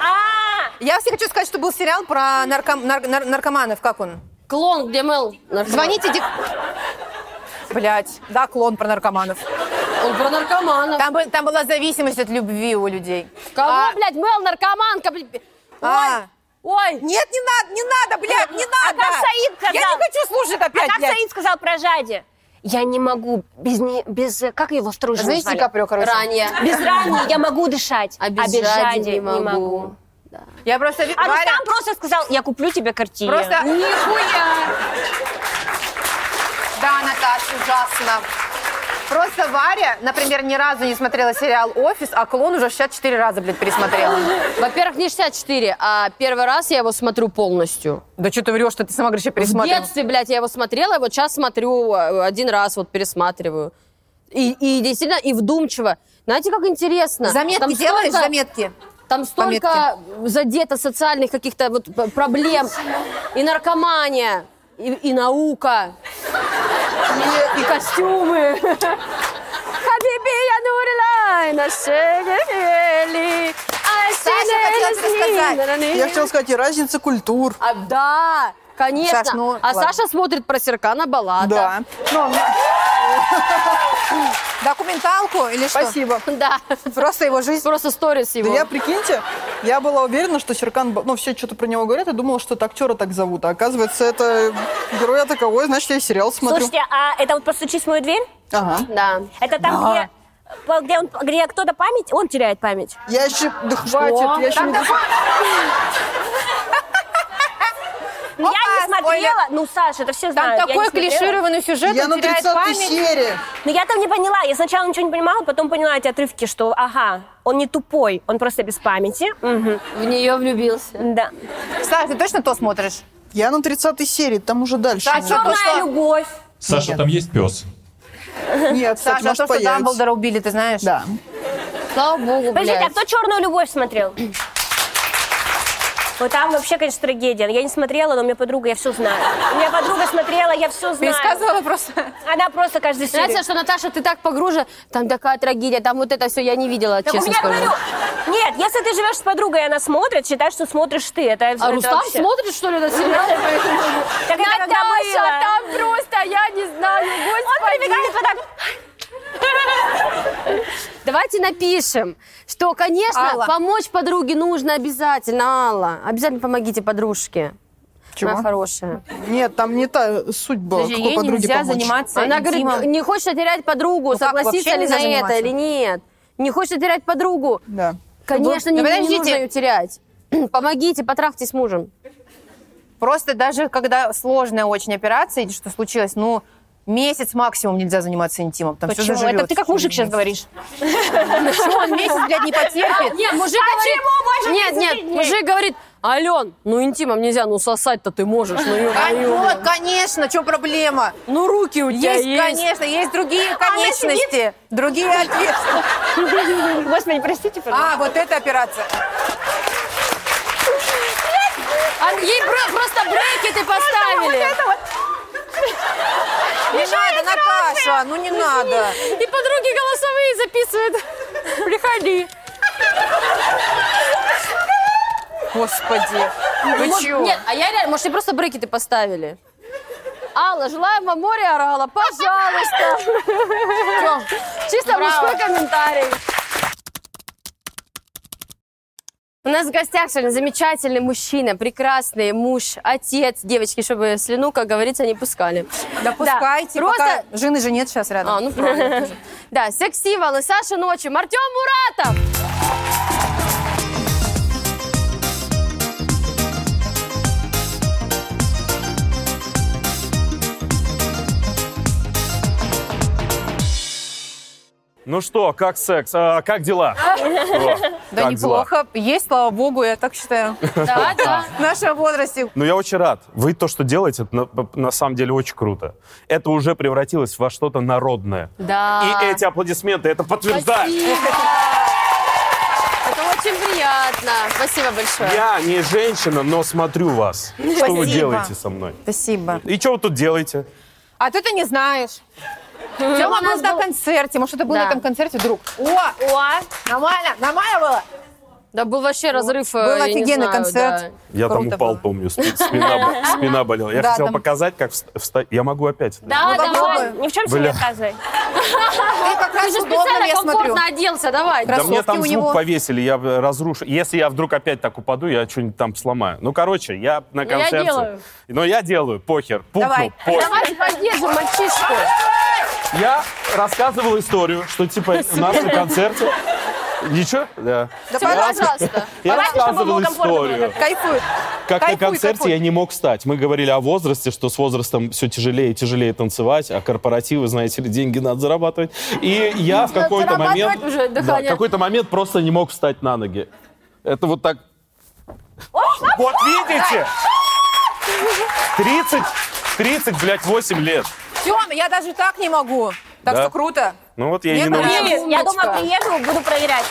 А,
<laughs> Я все хочу сказать, что был сериал про нарком- нар- нар- наркоманов, как он?
Клон, где Мел? наркоман?
Звоните, дик... Блядь, да, клон про наркоманов.
Он про наркоманов.
Там, был- там была зависимость от любви у людей.
Кого,
А,
блядь, Мел, наркоманка, блядь?
а.
Ой,
Нет, не надо, не надо, блядь, не
А
надо.
как Саид сказал?
Я не хочу слушать
а
опять,
как
блядь.
Саид сказал про Жади? Я не могу без... не- без э, как его вторую жену
Знаете,
звали?
Каприо, короче.
ранее.
Без Рани я могу дышать, а без, Жади, не могу.
Я просто...
А
Варя,
Рустам просто сказал, я куплю тебе картину.
Просто...
Нихуя!
Да, Наташа, ужасно. Просто Варя, например, ни разу не смотрела сериал «Офис», а «Клон» уже 64 раза, блядь, пересмотрела.
Во-первых, не 64, а первый раз я его смотрю полностью.
Да что ты врешь, что ты сама, говоришь, я
В детстве, блядь, я его смотрела, и вот сейчас смотрю э, один раз, вот пересматриваю. И, и действительно, и вдумчиво. Знаете, как интересно?
Заметки
Там
делаешь?
столько-
Заметки?
Там столько задето социальных каких-то вот п- проблем. И наркомания, и, и наука, и, и костюмы. Хабиби, я нурилай, на шегели, а
хотела
шегели
тебе сказать.
снинарани.
Я хотела сказать, и разница культур.
А, да, конечно.
Саш, ну,
а
ладно.
Саша смотрит про Серкана Балата.
Да. Ну,
Документалку или что?
спасибо.
<laughs> Да.
Просто его жизнь.
Просто сторис
Да
его.
я, прикиньте, я была уверена, что Серкан... Ба- Ну, все что-то про него говорят, я думала, что это актера так зовут. А оказывается, это героя таковой, значит, я и сериал смотрю.
Слушайте, а это вот постучись в мою дверь?
Ага.
Да.
Это там, где, по- где, он- где кто-то память, он теряет память.
Я еще... Да хватит, я еще не...
Там такой-
Ну, я не
Опа, спойлер.
смотрела. Ну, Саша, это все
Там
знают. я
такой
не смотрела.
клишированный сюжет,
Я
он
на
теряет
30
память.
серии.
Но я там не поняла. Я сначала ничего не понимала, потом поняла эти отрывки, что, ага, он не тупой, он просто без памяти. Мгм.
В нее влюбился.
Да.
Саш, ты точно то смотришь?
Я на 30 серии, там уже дальше.
Саша,
идет.
то, что,
любовь.
Саша, там есть пес?
Нет,
Саша, а
кстати,
то,
может,
что
появится.
Дамблдора убили, ты знаешь?
Да.
Слава богу,
Подождите, а
блядь.
кто черную любовь смотрел? Вот там вообще, конечно, трагедия. Я не смотрела, но у меня подруга, я все знаю. У меня подруга смотрела, я все знаю.
Пересказывала просто.
Она просто каждый
Нравится,
серию.
что Наташа, ты так погружена, там такая трагедия, там вот это все я не видела,
Так у
честно
меня, говорю,
скажу.
нет, если ты живешь с подругой, и она смотрит, считай, что смотришь ты. Это,
А
это
Рустам
вообще.
смотрит, что
<laughs>
ли, этот сериал?
Так это когда было?
просто я не знаю,
Он прибегает вот так.
<laughs> Давайте напишем, что, конечно,
Алла.
помочь подруге нужно обязательно, Алла. Обязательно помогите подружке. Она
Чего?
хорошая.
Нет, там не та суть была.
Подожди,
Какой
ей
подруге
нельзя
помочь?
заниматься
Она
интимом.
говорит, не хочешь терять подругу,
Ну
как,
согласится
вообще
ли
нельзя
на это
заниматься?
или нет. Не хочешь терять подругу.
Да.
Конечно, не,
Да
не
подождите.
нужно ее терять. <clears throat> Помогите, потрахтесь с мужем.
Просто даже когда сложная очень операция, и что случилось, ну, месяц максимум нельзя заниматься интимом. Там всё
Почему?
заживёт.
Это ты как мужик сейчас говоришь.
Почему он месяц, блядь,
<laughs>
не потерпит?
Нет, мужик говорит... нет, нет, мужик говорит, Ален, ну интимом нельзя, ну сосать-то ты можешь, ну
А,
ё-моё.
Вот, конечно, что проблема?
Ну руки у тебя
Есть,
есть.
конечно, есть другие конечности, другие ответственности.
Господи, простите, пожалуйста.
А, вот эта операция.
А ей бро- просто брекеты поставили.
Не надо, Наташа, ну не надо.
И подруги голосовые записывают. Приходи.
Господи, вы
Может,
чё?
Нет, а я реально, может, ей просто брекеты поставили. Алла, желаем вам моря орала, пожалуйста. Всё, Чисто мужской комментарий. У нас в гостях сегодня замечательный мужчина, прекрасный муж, отец девочки, чтобы слюну, как говорится, не пускали.
Да пускайте,
просто-
пока жены же нет сейчас рядом.
А, ну правильно. тоже. Да, секс-символы Саши Ночи, Артем Муратов.
Ну что, как секс? А, как дела? О,
<laughs> да
как дела?
неплохо, есть, слава богу, я так считаю.
Да, да.
<laughs> В нашем возрасте.
Ну, я очень рад. Вы то, что делаете, это на, на самом деле очень круто. Это уже превратилось во что-то народное.
Да.
И эти аплодисменты это подтверждают.
Спасибо. <laughs> Это очень приятно. Спасибо большое.
Я не женщина, но смотрю вас. Что
Спасибо.
вы делаете со мной?
Спасибо.
И что вы тут делаете?
А ты-то не знаешь. Тёма
у нас
был на
был-
концерте. Может, это был
Да.
на этом концерте друг? О,
О,
нормально, нормально было.
Да был вообще разрыв. э,
Был
я не
офигенный
знаю,
концерт.
Я там
Круто
упал,
было.
помню, спи- спина, бо-
<laughs>
спина болела. Я
Да,
хотел
там-
показать, как встать. Я могу опять. да?
Да,
Ну,
да
попробуй.
А, давай.
ни в чем себе не
Бля.
отказывай.
Ты как раз
Ты же
удобно,
специально
я смотрю.
комфортно оделся, давай.
Да мне
Кроссовки
там
у
звук
него.
повесили, я э, разрушу. Если я вдруг опять так упаду, я что-нибудь там сломаю. Ну, короче, я на
я
концерте.
делаю.
Но я делаю, похер, пукну,
Давай.
похер.
Давай поддержим мальчишку.
Я рассказывал историю, что типа на нашем концерте... Ничего? Да.
Да,
Тебе,
пожалуйста,
пожалуйста.
Я
Давай, чтобы
рассказывал
было комфортно было.
историю.
кайфуй.
Как
Кайфуй,
на концерте
кайфуй.
я не мог встать. Мы говорили о возрасте, что с возрастом все тяжелее и тяжелее танцевать, а корпоративы, знаете ли, деньги надо зарабатывать. И я в
Надо
какой-то
зарабатывать
момент...
уже,
Да,
дыхание.
в какой-то момент просто не мог встать на ноги. Это вот так... Вот видите? 30, 30, блядь, 8 лет.
Тёма, я даже так не могу. Так
Да?
что круто.
Ну вот я и
Мне
не
нравится.
научился.
Привет, Я
Умничка.
дома приеду, буду проверять.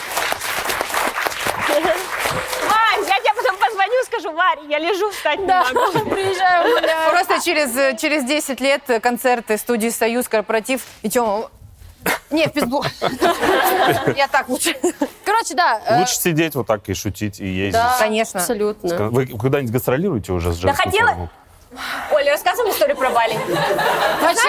Вань, я тебе потом позвоню, скажу, Варь, я лежу, встать не могу.
Приезжаю гуляю.
Просто через, э, через 10 лет э, концерты студии «Союз», «Корпоратив» и Тёма... Не, в
<laughs>
пизду. Я так лучше.
Короче, да. э,
Лучше сидеть вот так и шутить, и ездить.
да,
Конечно.
Абсолютно.
Вы куда-нибудь гастролируете уже с женским
хотела-
клубом?
Оля, рассказывай историю про Бали.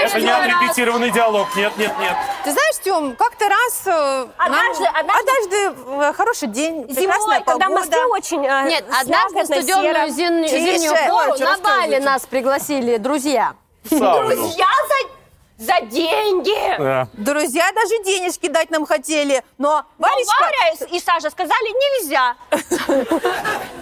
Это не отрепетированный диалог. Нет, нет, нет.
Ты знаешь, Тём, как-то раз... э, нам-
Однажды- однажды-
однажды, э, хороший день, прекрасная
Зимой, когда
погода.
Москве очень э,
Нет, однажды в
слякотно, серо.
студенную зимнюю
Тише.
зимнюю пору
Ой, чё
на Бали
рассказываете?
нас пригласили друзья.
В сауну.
Я за... За деньги!
Да.
Друзья даже денежки дать нам хотели, но Варечка,
Варя и Саша сказали, нельзя.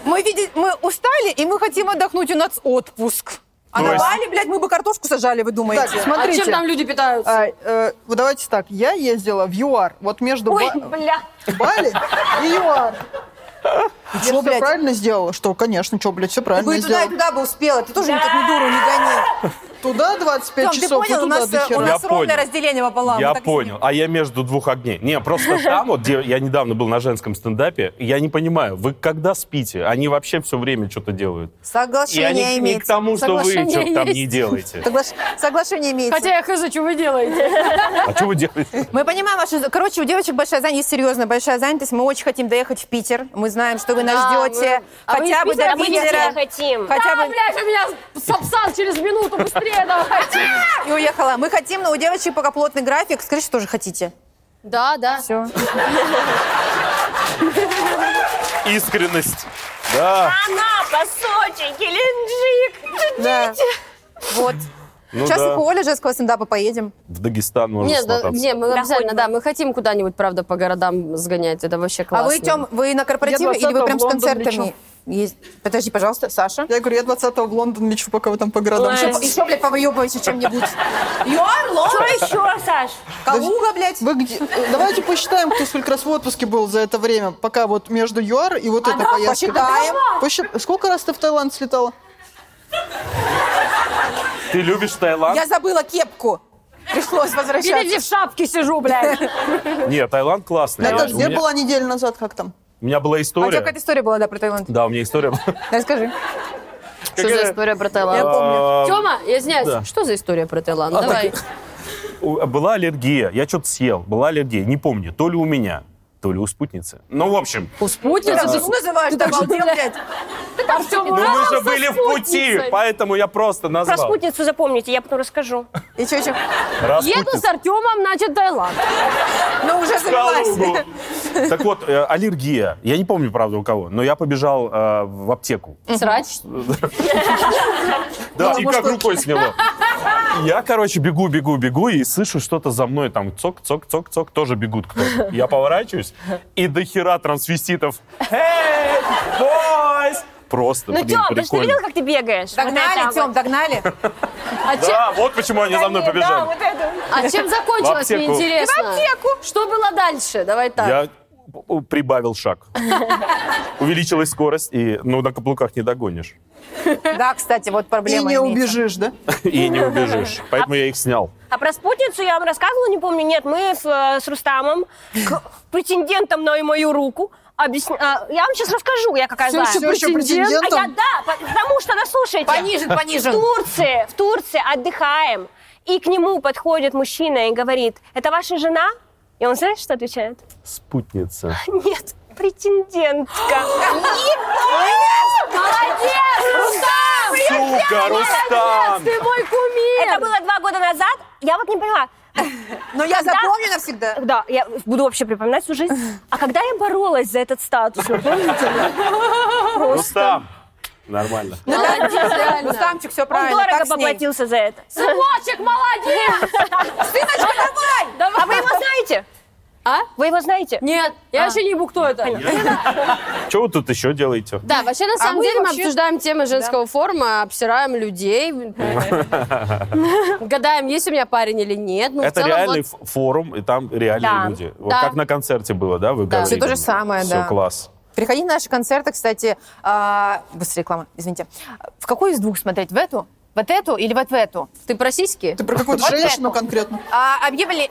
мы, види- мы устали, и мы хотим отдохнуть, у нас отпуск. А
То
на
есть-
Бали, блядь, мы бы картошку сажали, вы думаете?
Так,
А
смотрите.
чем там люди питаются?
а, э, вот давайте так, я ездила в ЮАР, вот между
Ой,
Ба-
бля.
Бали и ЮАР.
<laughs> Ты чё,
Я всё
блядь?
правильно сделала? Что, конечно, что, блядь, все
Ты
правильно
бы и туда, и
сделала.
туда бы успела, ты тоже никак не дуру не гони.
Туда 25
Тём, ты
часов, и
понял, у
туда
нас,
до
э, у
хера.
нас
Я
ровное
понял.
разделение пополам.
Я
мы так и сидим.
понял. А я между двух огней. Не, просто там, вот, где я недавно был на женском стендапе, я не понимаю, вы когда спите? Они вообще все время что-то делают. И
Соглашение
они не к
иметь.
тому, что вы
Соглашение
чё-то там
есть.
не делаете.
Соглаш- Соглашение иметь.
Хотя я хз, что вы делаете?
А что вы делаете?
Мы понимаем вашу... Короче, у девочек большая занятость, есть серьезная большая занятость. Мы очень хотим доехать в Питер. Мы знаем, что вы нас
Да,
ждете.
мы- а вы из
Хотя бы
Питера
до
А мы не
Питера.
хотим.
Да,
Хотя бы...
блядь, у меня сапсан через минуту, быстрее давайте.
И уехала. Мы хотим, но у девочек пока плотный график. Скажите, что же хотите.
Да, да.
Все.
Искренность. Да.
Анапа, Сочи, Геленджик.
Да. Вот.
Ну
Сейчас и
да.
по Оле женского стендапа поедем.
В Дагестан можно
Нет, да,
смотаться.
не, мы
Да,
обязательно,
хоть
да, мы хотим куда-нибудь, правда, по городам сгонять, это вообще классно.
А вы, Тем, вы на корпоративы
Я
или вы
20-го
прям
в
с
Лондон
концертами?
лечу.
Есть. Подожди, пожалуйста, Саша.
Я говорю, я 20-го в Лондон лечу, пока вы там по городам.
Ой.
шатаетесь.
Еще, блядь, повыебывайся чем-нибудь. Юар, Лондон,
Еще, Саш.
Калуга, блядь.
Вы где- э, Давайте посчитаем, кто сколько раз в отпуске был за это время, пока вот между ЮАР и вот
А
этой
да,
поездкой.
посчитаем.
Посчит- Сколько раз ты в Таиланд слетала?
Ты любишь Таиланд?
Я забыла кепку. Пришлось
Видите,
возвращаться.
в шапке сижу, блядь.
Нет, Таиланд классный. Я-
Наташ,
у,
где
меня,
была неделю назад, как там?
у меня была
А у тебя
история.
какая-то история была, да, про Таиланд.
Да, у меня история.
Расскажи.
Что за история про Таиланд?
А,
Тема, я извиняюсь,
да. А
что за история про Таиланд? Давай.
у- Была аллергия. Я что-то съел. Была аллергия. Не помню. То ли у меня, то ли у спутницы. Ну, в общем.
У спутницы
Ты
А. ты
что называешь? Ты обалдел, блядь.
Артём,
Ну,
да,
мы же
со
были в пути,
спутницей.
поэтому я просто
Про
назвал.
спутницу запомните, я потом расскажу.
И чё, чё?
Раз
Еду
спутница.
с Артемом, значит, Таиланд.
Ну, уже завелась.
Калугу. Так вот, э, аллергия. Я не помню, правда, у кого, но я побежал э, в аптеку.
Ну,
Срач.
Да, и
Потому
как
что-
рукой сняло. Я, короче, бегу, бегу, бегу, и слышу что-то за мной, там, цок, цок, цок, цок, тоже бегут кто-то. Я поворачиваюсь, и до хера трансвеститов. Эй, boys! Просто,
Ну,
блин,
Тём, ты что
прикольно.
видел, как ты бегаешь?
Догнали, Тём, догнали.
А чем,
Да, вот почему они за мной
Да,
побежали.
вот это.
а чем закончилось,
В
мне
аптеку.
интересно? Что было дальше? Давай так.
Я у-
<laughs>
прибавил шаг. Увеличилась скорость, и, ну, на каблуках не догонишь. <laughs>
Да, кстати, вот
И
проблема
не
имеется.
убежишь, да?
И не убежишь. Поэтому я их снял.
А про спутницу я вам рассказывала, не помню. Нет, мы с, э, с Рустамом, к <laughs> претендентам на мою руку, объясня- а, я вам сейчас расскажу, я какая
Всё
злая.
ещё
Все еще
претендент?
А я,
претендентом?
да, потому что, да, слушайте.
Понижен,
В
понижен.
Турции, в Турции отдыхаем. И к нему подходит мужчина и говорит, это ваша жена? И он, знаешь, что отвечает? <laughs>
Спутница.
Нет, претендентка.
Молодец!
Сука, Рустам!
Ты мой кумир!
Это было два года назад. Я вот не поняла.
Но я запомню навсегда.
Да, я буду вообще припоминать
<laughs>
всю жизнь. А когда я боролась за этот статус, вы помните?
Рустам! Нормально.
Молодец, реально.
Рустамчик, все
Он
правильно,
дорого
так с ней.
поплатился за это.
Сыночек,
<laughs>
молодец!
Сыночка, давай!
А вы его знаете?
А?
Вы его знаете?
Нет, я вообще не ебу, кто это.
Что вы тут еще делаете?
Да, вообще, на самом
мы
деле, мы
вообще-
обсуждаем темы женского форума, обсираем
<laughs>
людей, гадаем, есть у меня парень или нет. Ну, в
Это
целом,
реальный
вот-
ф- форум, и там реальные
Да.
люди. Вот
Да.
как на концерте было, да, вы
Да.
говорили?
Всё
то же самое,
Всё,
да.
класс.
Приходи на наши концерты, кстати. а, Быстрее реклама, извините. В какую из двух смотреть? В эту? Вот эту или вот в эту?
Ты про сиськи?
Ты про какую-то
<laughs> Вот
женщину
это.
конкретно?
А, объявили...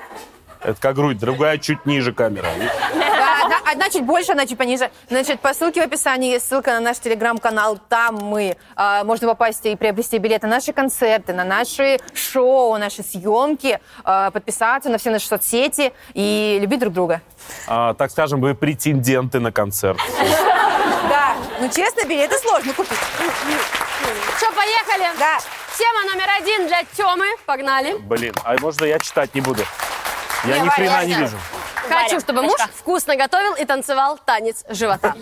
Это как грудь, другая чуть ниже камера.
Да, Одна, одна чуть больше, одна чуть пониже. Значит, по ссылке в описании есть ссылка на наш телеграм-канал. Там мы а, можно попасть и приобрести билеты на наши концерты, на наши шоу, наши съемки, а, подписаться на все наши соцсети и любить друг друга.
А, так скажем, вы претенденты на концерт.
Да, ну честно, билеты сложно купить.
Что, поехали?
Да.
Тема номер один для Темы. Погнали.
Блин, а можно я читать не буду? Я
Не,
ни
Варя,
хрена не
я-
вижу.
Хочу,
Варя,
чтобы
в
муж
очках.
вкусно готовил и танцевал танец живота.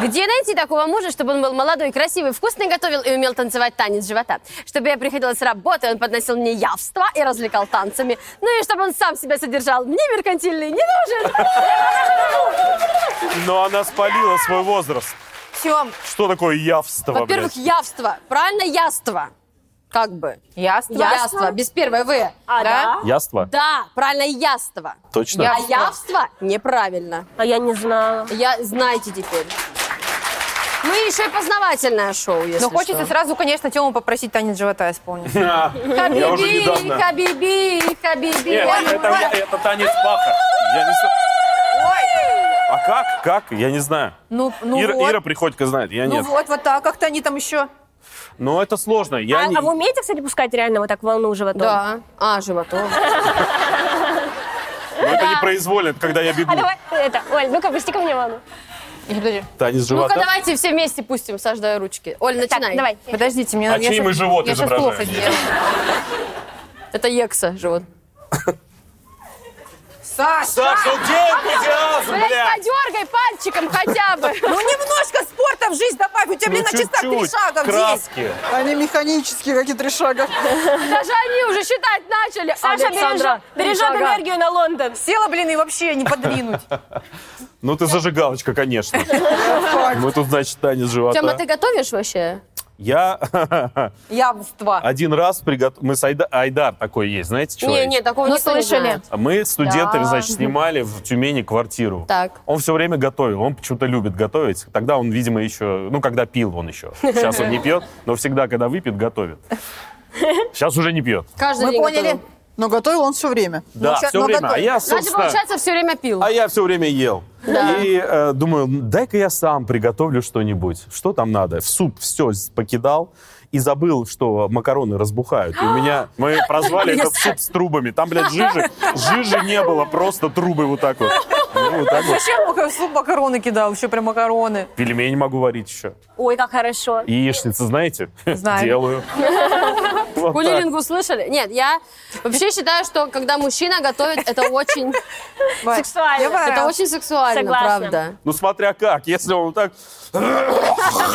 Где найти такого мужа, чтобы он был молодой, красивый, вкусно готовил и умел танцевать танец живота? Чтобы я приходила с работы, он подносил мне явство и развлекал танцами. Ну и чтобы он сам себя содержал. Мне меркантильный не нужен.
Но она спалила свой возраст.
Тем,
Что такое явство,
Во-первых,
блядь?
явство. Правильно, яство. Как бы.
ясно.
Яство, без первой «в».
А,
Да?
да?
Явство?
Да, правильно, яство.
Точно?
А явство неправильно.
А я не знала.
Я знаете теперь. Ну и еще и познавательное шоу, если
Но Ну, хочется
что. Я
сразу, конечно, Тему попросить танец живота исполнить.
А, Я уже недавно.
Хабиби, Хабиби.
Нет, это, это танец паха. Я не знаю. А как? Как? Я не знаю.
<laughs> Ну, ну
Ира,
вот.
Ира Приходько знает, я
ну
нет.
вот, вот так. Как-то они там еще.
Но это сложно. Я
а,
не...
а вы умеете, кстати, пускать реально вот так волну животом?
Да. А, животом.
Ну, это непроизвольно, это когда я бегу.
А давай, это, Оль, ну-ка, пусти ко мне волну.
Танец живота.
Ну-ка, давайте все вместе пустим, саждая ручки. Оль,
Так,
начинай.
давай.
Подождите, мне
А
я
чей
щас-
мы живот
Я сейчас
изображаем?
плохо сделала.
Это Екса, живот.
Саша!
Саша, ну где энтузиазм, блядь?
подергай пальчиком хотя бы.
Ну немножко спорта в жизнь добавь. У тебя, блин,
Ну,
на часах три
чуть-чуть,
шага здесь.
краски.
Они А механические, какие три шага.
Даже они уже считать начали.
Саша бережет,
Александра, три
бережет
шага.
энергию на Лондон.
Села, блин, и вообще не
<laughs>
подвинуть.
Ну ты зажигалочка, конечно. Мы тут, значит, танец
Тема,
живота.
ты готовишь вообще?
Я <laughs>
Явство.
один раз приготовил... Мы с Айда- Айдар такой есть, знаете,
Не,
человек?
не, такого
Ну,
не
слышали.
Мы с студентами, значит, снимали в Тюмени квартиру.
Так.
Он все время готовил, он почему-то любит готовить. Тогда он, видимо, еще, ну, когда пил он еще. Сейчас он не пьет, но всегда, когда
<laughs>
выпьет, готовит. Сейчас уже не пьет.
Каждый
Мы
день
поняли.
готовил.
Но готовил он все время.
Ну,
Да,
щас-
все
но
время. А
готовит.
я,
Значит,
собственно,
получается, все время пил.
а я все время ел.
Да.
И э, думаю, дай-ка я сам приготовлю что-нибудь. Что там надо? В суп все покидал и забыл, что макароны разбухают. И у меня, мы прозвали этот суп с трубами. Там, блядь, жижи, жижи не было, просто трубы вот так вот. Ну, вот так вот.
Зачем мак- в суп макароны кидал? Еще прям макароны.
Пельмени могу варить еще.
Ой, как хорошо.
Яичницы знаете?
Знаю.
Делаю. Вот так.
Кулилингу слышали? Нет, я вообще считаю, что когда мужчина готовит, это очень,
Варь,
Сексуально.
я Варя.
это очень сексуально,
Согласна.
правда.
Ну, смотря как. Если он вот так... Да-да.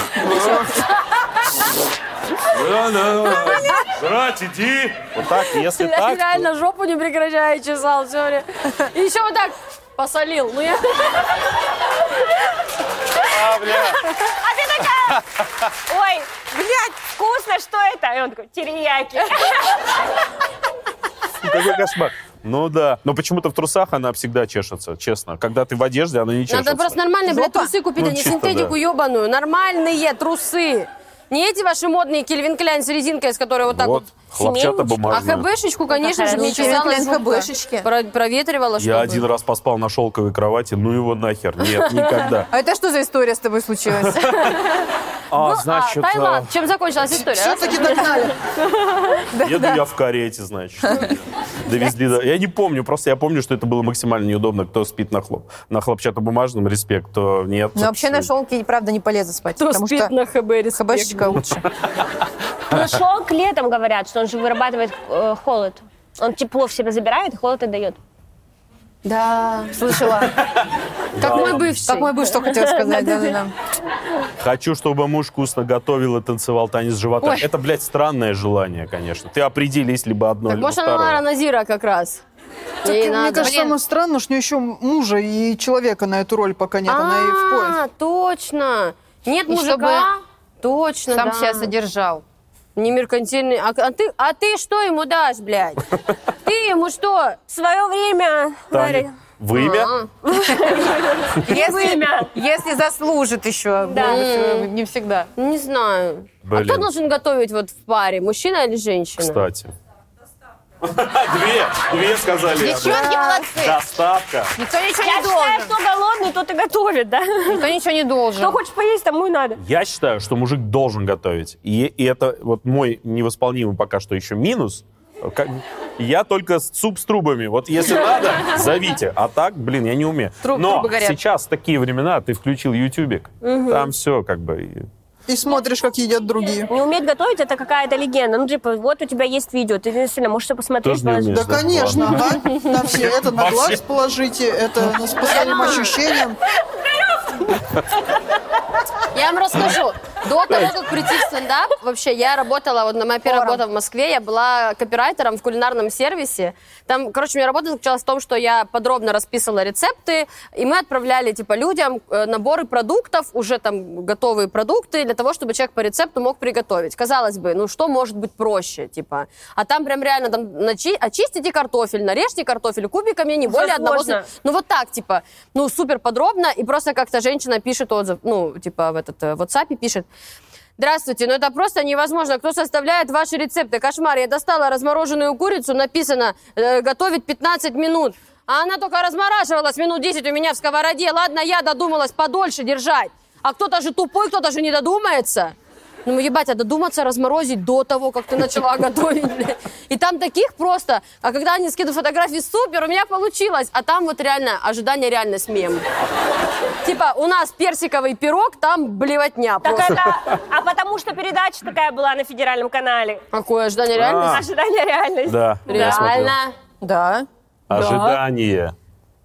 Жрать иди. Вот так, если
Я
так, то-
реально жопу не прекращаю чесал все время. И еще вот так посолил. Ну, я...
А, бля.
А ты такая, ой, блядь, вкусно, что это? И он такой, терияки.
Какой кошмар. Ну да. Но почему-то в трусах она всегда чешется, честно. Когда ты в одежде, она не чешется.
Надо просто нормальные, блядь, трусы купить,
Ну,
а не
чисто,
синтетику
да.
ебаную. Нормальные трусы. Не эти ваши модные Кельвин Кляйн с резинкой, с которой вот так вот.
Вот, хлопчата
А
бумажная.
ХБшечку, конечно же,
Какая
мне
разница?
чесала
Кельвин Кляйн
жопа.
ХБшечки.
Про- Проветривала,
Я
чтобы.
один раз поспал на шелковой кровати, ну его нахер.
<laughs>
Нет, никогда.
А это что за история с тобой случилась?
А,
Ну,
значит,
а,
а,
Таиланд. Чем закончилась история?
Все-таки
<laughs>
догнали.
а,
Еду <laughs> я в карете, значит. Довезли до... Я не помню, просто я помню, что это было максимально неудобно. Кто спит на хлоп... на хлопчатобумажном, респект, кто нет.
Ну, вообще на
нашел.
шелке, правда, не полезно спать.
Кто
потому
спит
что
на ХБ респект.
хабашечка лучше.
<laughs>
Ну, шелк летом говорят, что он же вырабатывает э, холод. Он тепло в себя забирает, холод отдает.
Да, слышала. <laughs> Как мой бывший.
Как мой бы что хотел сказать. да-да-да.
Хочу, чтобы муж вкусно готовил и танцевал танец живота.
Ой.
Это, блядь, странное желание, конечно. Ты определись либо одно,
Так
Ну, либо
может, она Лара
второе.
Назира как раз. Ей
Мне
надо.
кажется, самое странное, что у нее еще мужа и человека на эту роль пока нет. Она и в поиске.
А, точно. Нет
И
мужика.
чтобы
Точно,
Сам
да.
себя содержал.
Не меркантильный. А, а ты, а ты что ему дашь,
<laughs>
блядь? Ты ему что?
В свое время,
Таня,
Варя,
Вы имя?
А,
Если,
Время.
если заслужит еще.
Да.
может, Не всегда.
не знаю. А
Блин.
кто должен готовить вот в паре, мужчина или женщина?
Кстати. Две, две сказали.
Девчонки молодцы.
Доставка.
Никто ничего
я
не
считаю,
должен.
что голодный, тот и готовит, да?
Никто ничего не
Кто
должен.
хочет поесть, тому и надо.
Я считаю, что мужик должен готовить. И, и это вот мой невосполнимый пока что еще минус. Как- я только с- суп с трубами. Вот если надо, зовите. А так, блин, я не умею.
Труб-
Но
трубы горят.
сейчас такие времена, ты включил ютубик. Там все как бы... и-
И смотришь, как едят другие.
Не уметь готовить это какая-то легенда. Ну, типа, вот у тебя есть видео, ты действительно можешь это посмотреть.
Тоже не
положить.
умеешь.
Да,
Ладно.
конечно, а? на все это на
Во
глаз
все.
положите, это ну, с последним ощущением.
Я вам расскажу. До того, как прийти в стендап, вообще я работала, вот на моя первая работа в Москве, я была копирайтером в кулинарном сервисе. Там, короче, у меня работа заключалась в том, что я подробно расписывала рецепты, и мы отправляли, типа, людям э, наборы продуктов, уже там готовые продукты, для того, чтобы человек по рецепту мог приготовить. Казалось бы, ну что может быть проще, типа. А там прям реально, там, начи- очистите картофель, нарежьте картофель кубиками, не
Всё
более одного...
сложно.
Ну вот так, типа, ну супер подробно, и просто как-то женщина пишет отзыв, ну, типа, в этот э, в WhatsApp пишет. Здравствуйте, ну это просто невозможно. Кто составляет ваши рецепты? Кошмар, я достала размороженную курицу, написано, э, готовить 15 минут. А она только размораживалась минут 10 у меня в сковороде. Ладно, я додумалась подольше держать. А кто-то же тупой, кто-то же не додумается. Ну, ебать, а додуматься разморозить до того, как ты начала <laughs> готовить. блядь. И там таких просто. А когда они скидывают фотографии, супер, у меня получилось. А там вот реально, ожидание реально с мем. Типа, у нас персиковый пирог, там блевотня
Так
просто.
это- А потому что передача такая была на федеральном канале.
Какое ожидание реально?
А.
Ожидание реальности.
Да, я смотрел.
Реально.
Да.
Ожидание.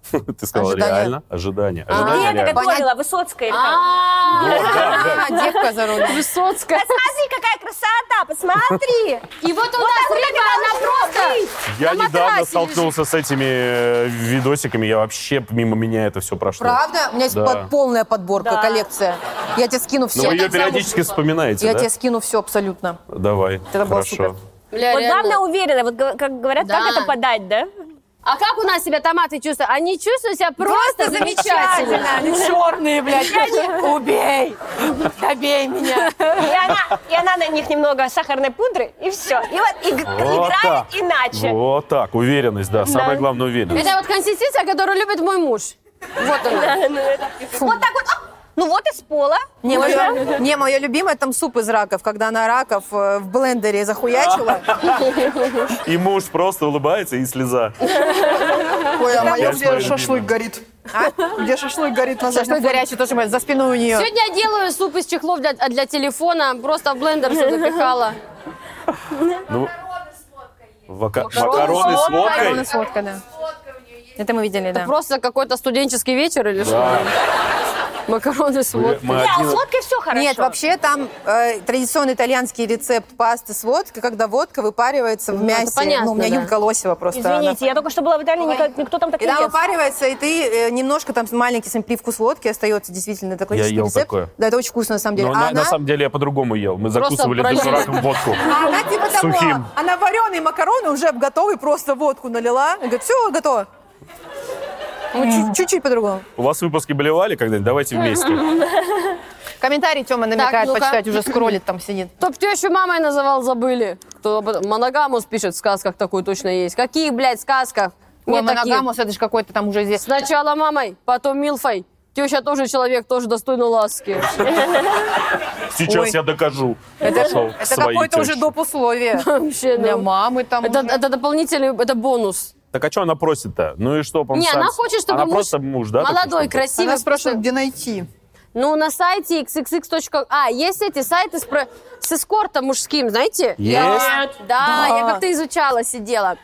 <laughs> Ты сказала
Ожидание. А,
реально? Ожидание.
Где
Ожидание
это
реально.
готовила? Высоцкая? или как?
А,
Да,
А, девка за рулем.
Высоцкая.
Посмотри, какая красота, посмотри.
И вот у нас рыба, она просто
да.
на
Я недавно
матрасе лежит.
столкнулся с этими э, видосиками, я вообще мимо меня это все прошло.
Правда? У меня есть
Да.
под- полная подборка,
Да.
коллекция. Я тебе скину
Но
все.
Ну, вы ее периодически вспоминаете,
Я
да?
тебе скину все абсолютно.
Давай,
было
хорошо.
супер.
Бля,
Вот
реально.
главное уверенно, вот г- как говорят,
Да.
как это подать, да?
А как у нас себя томаты чувствуют? Они чувствуют себя просто замечательно.
Они черные, блядь. Убей! Добей меня!
И она, и она на них немного сахарной пудры, и все. И вот иг-
Вот
играет
так.
иначе.
Вот так, уверенность, да. Самое
Да.
главное уверенность.
Это вот консистенция, которую любит мой муж. Вот она.
Да, ну это- Вот так вот. а! Ну вот из пола.
Не,
Можно.
моё- не, мое любимое там суп из раков, когда она раков э, в блендере
<laughs>
захуячила.
И муж просто улыбается, и слеза.
Ой, а моя где
твоя
шашлык
любимая.
горит? Где шашлык горит на заднем
Шашлык
фоне?
горячий тоже блядь, за спиной у нее.
Сегодня я делаю суп из чехлов для, для телефона, просто в блендер все запихала.
Ну, вока-
Макароны
Макароны
с
с
Макароны
водкой?
с водкой, да. Это мы видели, да.
Просто какой-то студенческий вечер или что?
Да.
Макароны с водкой.
Мы
Да,
один-
с водкой все хорошо.
Нет, вообще там э, традиционный итальянский рецепт пасты с водкой, когда водка выпаривается в
Ну, это
мясе.
понятно,
ну, у меня
да.
Юлька Лосева просто. она-
Извините, я только что была в Италии, никак- никто там так
И
не
там
ест.
выпаривается, и ты э, немножко там маленький сам привкус водки остается действительно такой
Я
чисто
ел
рецепт.
такое.
Да, это очень вкусно на самом деле.
Но
а
на,
она,
на самом деле я по-другому ел. Мы
Просто
закусывали
пролили.
дошираком водку.
а она типа того,
Сухим.
она вареные макароны уже готовые, просто водку налила. И говорит, все, готово. Ну, чуть- чуть-чуть по-другому.
У вас выпуски болевали когда-нибудь? Давайте вместе.
<laughs> Комментарий Тёма
Так,
намекает
ну-ка.
почитать, уже скроллит там сидит.
Чтоб тещу мамой называл, забыли. Кто об этом- Моногамус пишет, в сказках такую точно есть. Каких, блядь, сказках?
Ой,
Нет таких.
Моногамус, это же какой-то там уже здесь.
Сначала мамой, потом Милфой. Теща тоже человек, тоже достойна
<laughs>
ласки.
Сейчас
Ой.
я докажу. Пошел к
Это
своей
какое-то уже
тёще.
доп. условие.
Вообще,
<laughs> Для
ну.
мамы там
Это,
уже.
это дополнительный, это бонус.
Так а что она просит-то? Ну и что, он
Не,
сам-
она хочет, чтобы
Она
муж,
просто муж, да? такой,
молодой,
чтобы-
красивый.
Она спрашивает, где найти.
Ну, на сайте xxx. А, есть эти сайты с, про- с эскортом мужским, знаете?
Есть?
Да, я как-то изучала, сидела.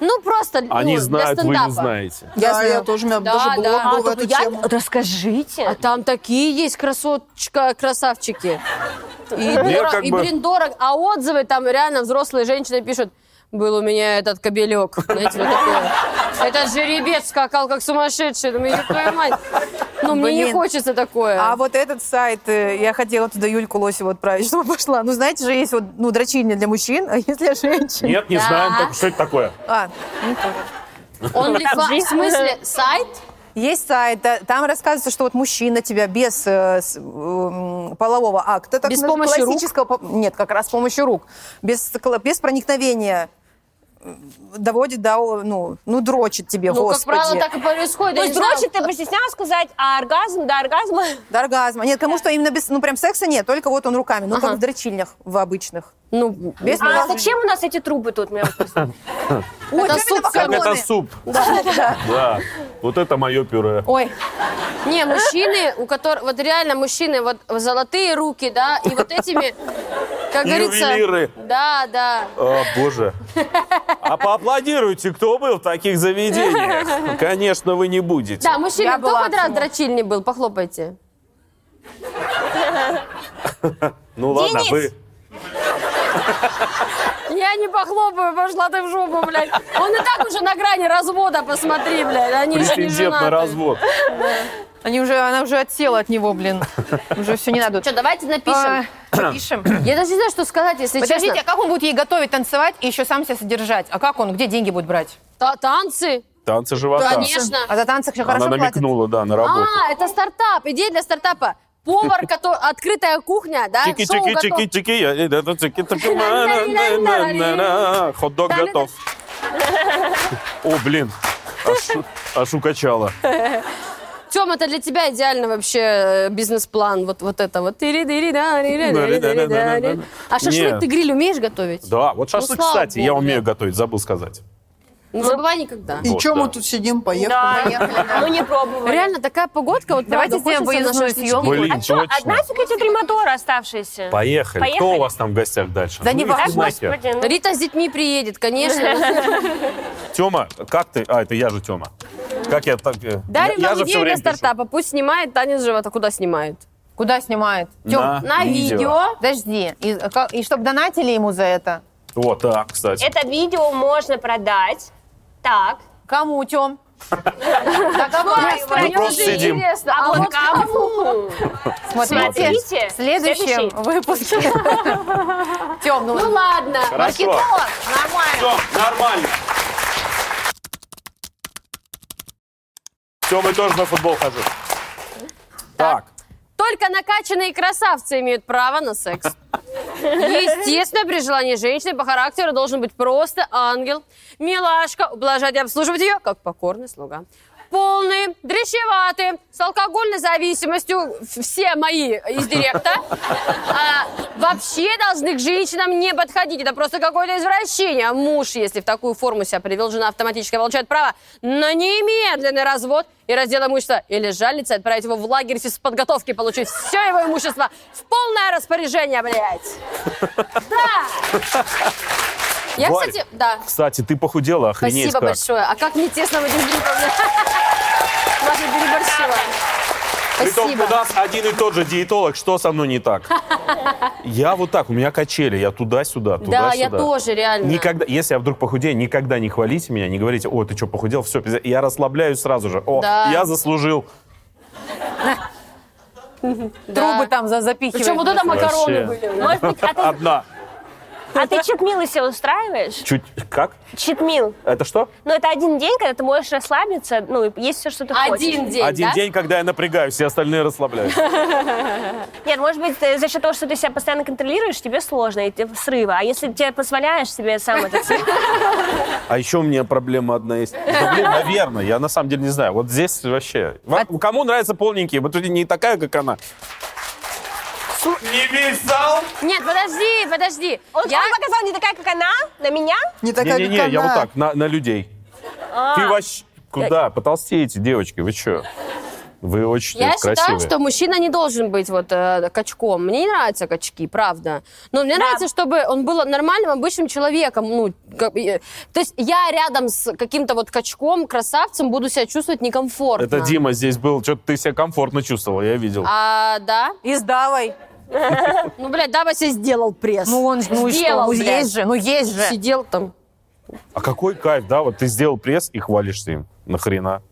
Ну, просто
Они
ну,
знают,
для
вы
стендапа.
не знаете.
Да, я тоже, у меня
Да,
даже блог
да.
был
А,
в эту тему.
А
Расскажите.
там такие есть красоточка, красавчики. И, дорого-
как
и,
бы-
блин, дорого. А отзывы там реально взрослые женщины пишут. Был у меня этот кобелек. Знаете, вот такое. Этот жеребец скакал как сумасшедший. Думаю, «Ёб твою мать». Ну, мне не
Блин.
хочется такое.
А вот этот сайт, э, я хотела туда Юльку Лосеву отправить, <laughs> чтобы пошла. Ну, знаете же, есть вот, ну, дрочильня для мужчин, а есть для женщин.
Нет, не
Да.
знаем, так что это такое.
А,
Он рекла- В смысле, сайт?
есть сайт, да, там рассказывается, что вот мужчина тебя без э, с- м, полового акта, так
Без
называемого,
помощи рук?
классического, по- нет, как раз с помощью рук, без, кла- без проникновения доводит до, ну, ну дрочит тебе,
Ну, как
господи.
правило, так и происходит.
То
Я не
есть
знаю,
дрочит ты постеснялась сказать, а оргазм, до оргазма.
До оргазма. Нет, кому что именно без, ну прям секса нет, только вот он руками, ну
Ага.
как в дрочильнях, в обычных.
Ну,
Без
А
приложения.
зачем у нас эти трубы тут? Меня вот просто-
Ой,
Это
как это
суп как
Как это
макароны?
суп.
Да, да.
Да. Вот это мое пюре.
Ой,
не, мужчины, у которых, вот реально мужчины, вот золотые руки, да, и вот этими, как
Ювелиры.
говорится... Да, да.
О, боже. А поаплодируйте, кто был в таких заведениях. Конечно, вы не будете.
Да, мужчины,
Я
кто
была
хоть раз
почему.
в дрочильне был, похлопайте.
Ну ладно,
Денис!
вы...
Я не похлопаю, пошла ты в жопу, блядь. Он и так уже на грани развода, посмотри, блядь, они еще не
Претендент на
женаты.
развод.
они уже, она уже отсела от него, блин. Уже все не надо.
Что, давайте напишем.
А, Пишем.
Я даже не знаю, что сказать, если
Подождите, а
честно.
как он будет ей готовить, танцевать и еще сам себя содержать? А как он, где деньги будет брать?
а Та- танцы,
Танцы живота.
конечно.
А за танцы еще
Она
хорошо платят.
намекнула, да, на работу.
А, это стартап, идея для стартапа. Повар, который... Открытая кухня, да?
чики
А, шоу
чики
готов.
чики чики я иду, да, чики чики на, на, на, на, на. Хот-дог
Да, да, да.
готов. <laughs> О, блин. А Аж, аж укачало.
Тем, это для тебя идеально вообще э, бизнес-план. Вот, вот это вот. Тири-дири-дари-ри-дари-дари-дари. А шашлык
Нет.
ты гриль умеешь готовить?
Да, вот шашлык,
слава
кстати, я
богу,
умею
да.
готовить, забыл сказать.
Не забывай никогда.
И
Вот,
чем мы
да.
тут сидим, поехали?
Да, мы не пробовали.
Реально, такая погодка, вот
Давайте
правда,
сделаем
хочется на
выездную
шашлычки.
съемку.
Блин,
А что, а
точно.
нафиг эти три мотора оставшиеся?
Поехали.
Поехали.
Кто у вас там в гостях дальше?
Да не важно.
Господи, ну.
Рита с детьми приедет,
<laughs>
конечно.
Тема, как ты? А, это я же Тема. Как я так... э,
Дарим
я, я
вам
же все
идею для
время пишу.
стартапа. Пусть снимает танец живота. Куда снимает?
Куда снимает? Тём,
На.
На
Видео.
видео.
Подожди, и, как- и чтоб донатили ему за это?
Вот так, кстати.
Это видео можно продать. Так.
Кому,
<laughs>
Тём? За
Ой,
кого расстраиваешься?
Ваня,
просто
уже
сидим.
интересно. А
Вот
вот
кому?
Смотрите,
Смотрите.
в следующем
Следующий.
выпуске. Тём, ну
Ну ладно.
Хорошо. Все, нормально. Все, мы тоже на футбол хожу. Так.
Только накачанные красавцы имеют право на секс. Естественно, при желании женщины по характеру должен быть просто ангел, милашка, ублажать и обслуживать ее, как покорный слуга. Полные, дрищеватые, с алкогольной зависимостью, в- все мои из директа, а, вообще должны к женщинам не подходить. Это просто какое-то извращение. А Муж, если в такую форму себя привел, жена автоматически получает право на немедленный развод и раздел имущества. Или жалиться, отправить его в лагерь физподготовки, получить все его имущество в полное распоряжение, блядь. Я,
Варь.
кстати, да.
Кстати, ты похудела, охренеть
Спасибо
как.
большое. А как мне тесно в один <laughs> день правда. Ладно, переборщила.
Притом у
Спасибо.
нас один и тот же диетолог, что со мной не так? Я вот так, у меня качели, я туда-сюда, туда-сюда.
Да, я тоже, реально.
Никогда, если я вдруг похудею, никогда не хвалите меня, не говорите, о, ты что, похудел, все, я расслабляюсь сразу же. О,
Да.
я заслужил.
трубы там за-
Причем вот
запихивают.
это макароны
Вообще.
были.
Может быть, а ты,
Одна.
а ты читмилы себе устраиваешь?
Чуть, как?
Читмил.
Это что?
Ну, это один день, когда ты можешь расслабиться, ну, и есть все, что ты хочешь.
Один день,
Один
да?
день, когда я напрягаюсь, все остальные расслабляюсь.
Нет, может быть, э, за счет того, что ты себя постоянно контролируешь, тебе сложно, и ты в срывы. А если тебе позволяешь себе сам
<laughs>
это все...
А еще у меня проблема одна есть. Да, блин, наверное, я на самом деле не знаю. Вот здесь вообще... Во- Кому нравятся полненькие? Вот тут не такая, как она. Не писал?
Нет, подожди, подожди.
Он,
Я-
он показал не такая, как она, на меня.
Не такая,
Не-не-не,
как
я
она.
вот так, на, на людей.
А.
Ты вообще... Куда? Потолстеете, девочки, вы что? Вы очень
Я считаю,
красивые.
что мужчина не должен быть вот э, качком. Мне не нравятся качки, правда. Но мне нравится, чтобы он был нормальным, обычным человеком. Ну, как- э, то есть я рядом с каким-то вот качком, красавцем буду себя чувствовать некомфортно.
Это Дима здесь был. Что-то ты себя комфортно чувствовал, я видел.
А, да?
И с Давой.
Ну, блядь, да, Вася сделал пресс.
Ну он, ну и что,
Сделал,
ну
блядь.
есть же, ну есть же.
Сидел там.
А какой кайф, да? Вот ты сделал пресс и хвалишься им. Нахрена?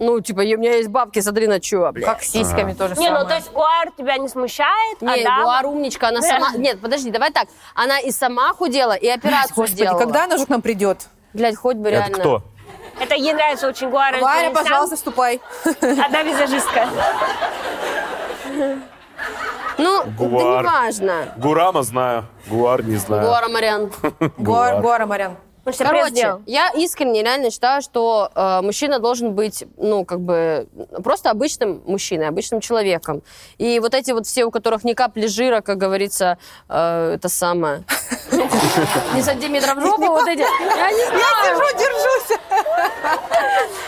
Ну, типа, у меня есть бабки, смотри, на чё, блядь.
Как с сиськами тоже
Не, ну, то
самое.
есть Гуар тебя не смущает,
Не,
а да,
Гуар умничка, она сама... <laughs> Нет, подожди, давай так. Она и сама худела, и операцию
Господи,
сделала.
когда она же к нам придет?
Блядь, хоть бы реально.
Это кто?
это ей нравится очень Гуар.
Варя,
Альтунсян.
пожалуйста, вступай.
Одна визажистка.
Ну,
Гуар.
да неважно.
Гурама знаю. Гуар не знаю.
Гуара Мариан.
Гуар- Гуара Марян.
Он же сюрприз
Короче,
сделал.
я искренне реально считаю, что э, мужчина должен быть, ну, как бы, просто обычным мужчиной, обычным человеком. И вот эти вот все, у которых ни капли жира, как говорится, э, это <laughs> самое. Не сантиметров жопы, вот эти. Я не знаю.
Держу, держусь.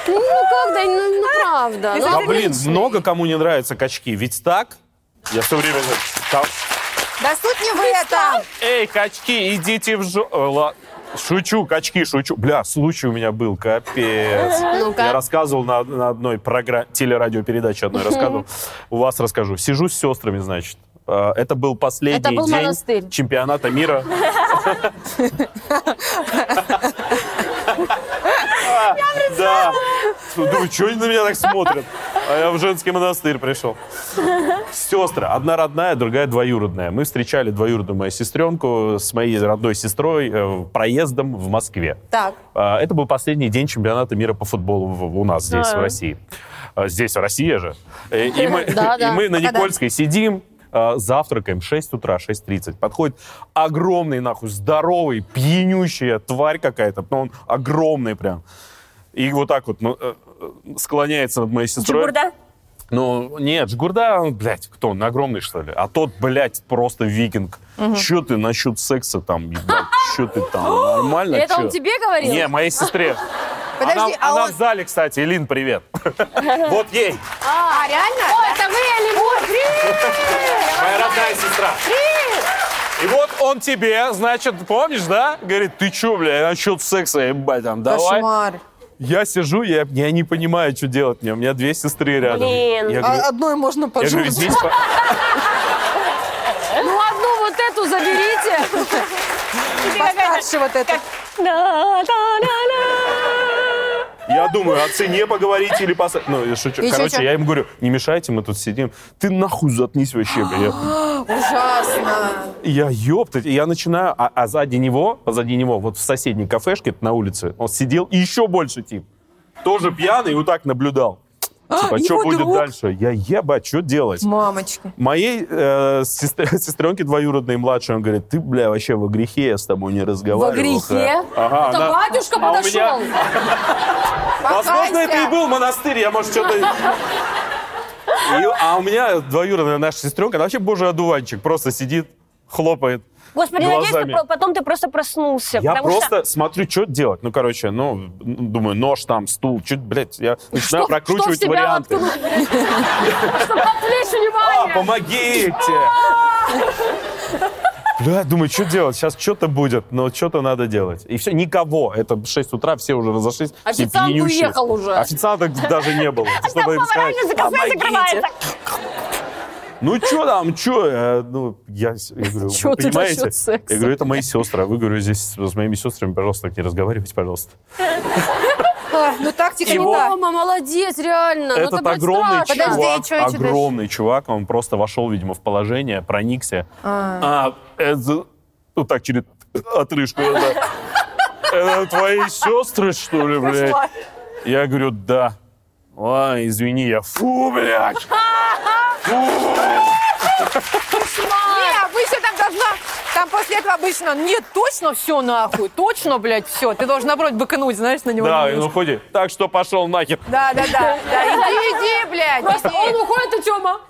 Ну, как да, ну, ну, правда. Ну,
Да, А, блин, много кому не нравятся качки. Ведь так? Я все время... Там-
Да суть не в этом.
Эй, качки, идите в жо... Э, ла- Шучу, качки, шучу. Бля, случай у меня был, капец.
Ну-ка.
Я рассказывал на, на одной программе, телерадиопередаче одной рассказывал. У вас расскажу. Сижу с сестрами, значит. Э, Это был последний
Это был
день
монастырь.
чемпионата мира. Да. Думаю, что они на меня так смотрят? А я в женский монастырь пришел. Сестры. Одна родная, другая двоюродная. Мы встречали двоюродную мою сестренку с моей родной сестрой э, проездом в Москве.
Так.
А, Это был последний день чемпионата мира по футболу в- у нас здесь, в России. А, Здесь Россия же. Э, И мы,
<laughs> Да, да.
<laughs> и мы на
Да-да.
Никольской сидим, а, завтракаем 6 утра, 6.30. Подходит огромный, нахуй, здоровый, пьянющая тварь какая-то. Но он огромный прям. И вот так вот ну, э, э, склоняется над моей сестрой.
Чебурда?
Ну, нет, Жгурда, он, блядь, кто он, огромный, что ли? А тот, блядь, просто викинг. Че ты насчет секса там, ебать, че ты там,
<gasps>
нормально?
Это
чё?
он тебе говорил?
Не, моей сестре.
<laughs> Подожди,
она,
а
она
он-
в зале, кстати, Илин,
<laughs>
привет. Вот ей,
А, реально?
О, это вы, Алимур!
моя родная сестра. И вот он тебе, значит, помнишь, да? Говорит, ты чё, бля, насчет секса, ебать, там, давай.
Кошмар.
Я сижу, я, я не понимаю, что делать мне. У меня две сестры рядом.
Блин.
Я говорю,
А одной можно
я говорю,
пожить.
извините, па-
Ну, одну вот эту заберите.
Постарше вот это.
Я думаю, о цене поговорить или пос... Ну, я шучу.
И чё,
Короче,
чё?
я им говорю, не мешайте, мы тут сидим. Ты нахуй заткнись вообще, бля.
Ужасно.
Я ёптать, и я начинаю, а, а сзади него, позади него, вот в соседней кафешке на улице, он сидел и еще больше тип. Тоже пьяный и вот так наблюдал.
А,
Типа, что
его
будет
друг?
дальше? Я ебать, что делать?
Мамочки.
Моей э, сестр- <laughs> сестренке двоюродной младшей, он говорит, ты, бля, вообще в грехе, я с тобой не
Во
разговаривал.
грехе?
Ага,
Это
она-
батюшка
а у
подошел.
меня- Возможно, это и был монастырь, я, может, что-то... И- а у меня двоюродная наша сестренка, она вообще божий одуванчик, просто сидит, хлопает
Господи, надеюсь, ты
глазами.
про- потом ты просто проснулся.
Я
потому
просто смотрю, что делать. Ну, короче, ну, думаю, нож там, стул, чуть, блядь, я начинаю
Что в
прокручивать
себя
варианты.
воткнуть, блядь? Чтобы отвлечь
А,
внимание.
помогите! Да, думаю, что делать? Сейчас что-то будет, но что-то надо делать. И все, никого. Это 6 утра, все уже разошлись. все
Официант
пьянющие.
уехал уже.
Официанта даже не было.
что
Чтобы им сказать,
повара заказная
«Помогите».
закрывается.
Ну, что там, что? Ну, я, с- я говорю,
Чё
вы
ты насчёт
понимаете?
секса?
Я говорю, это мои сестры. А вы, говорю, здесь с моими сестрами, пожалуйста, так не разговаривайте, пожалуйста.
А, Ну тактика не
Его-
та.
Мама, молодец, реально. Ну,
Этот
блядь,
огромный
страшно.
Подожди,
чувак,
и чё эти дальше?
огромный чувак, он просто вошел, видимо, в положение, проникся. А, это... Вот так через отрыжку. Это, это твои сестры, что ли, блядь? Я говорю, да. А, извини, я фу, блядь.
<laughs> Не, обычно там должна... Там после этого обычно, нет, точно все нахуй, точно, блядь, все. Ты должен, наоборот, быкнуть, знаешь, на него.
Да, и
немножко.
ну ходи. Так что пошел нахер.
да, да, да, да, иди, иди, блядь,
Просто
иди.
он уходит, и Тема.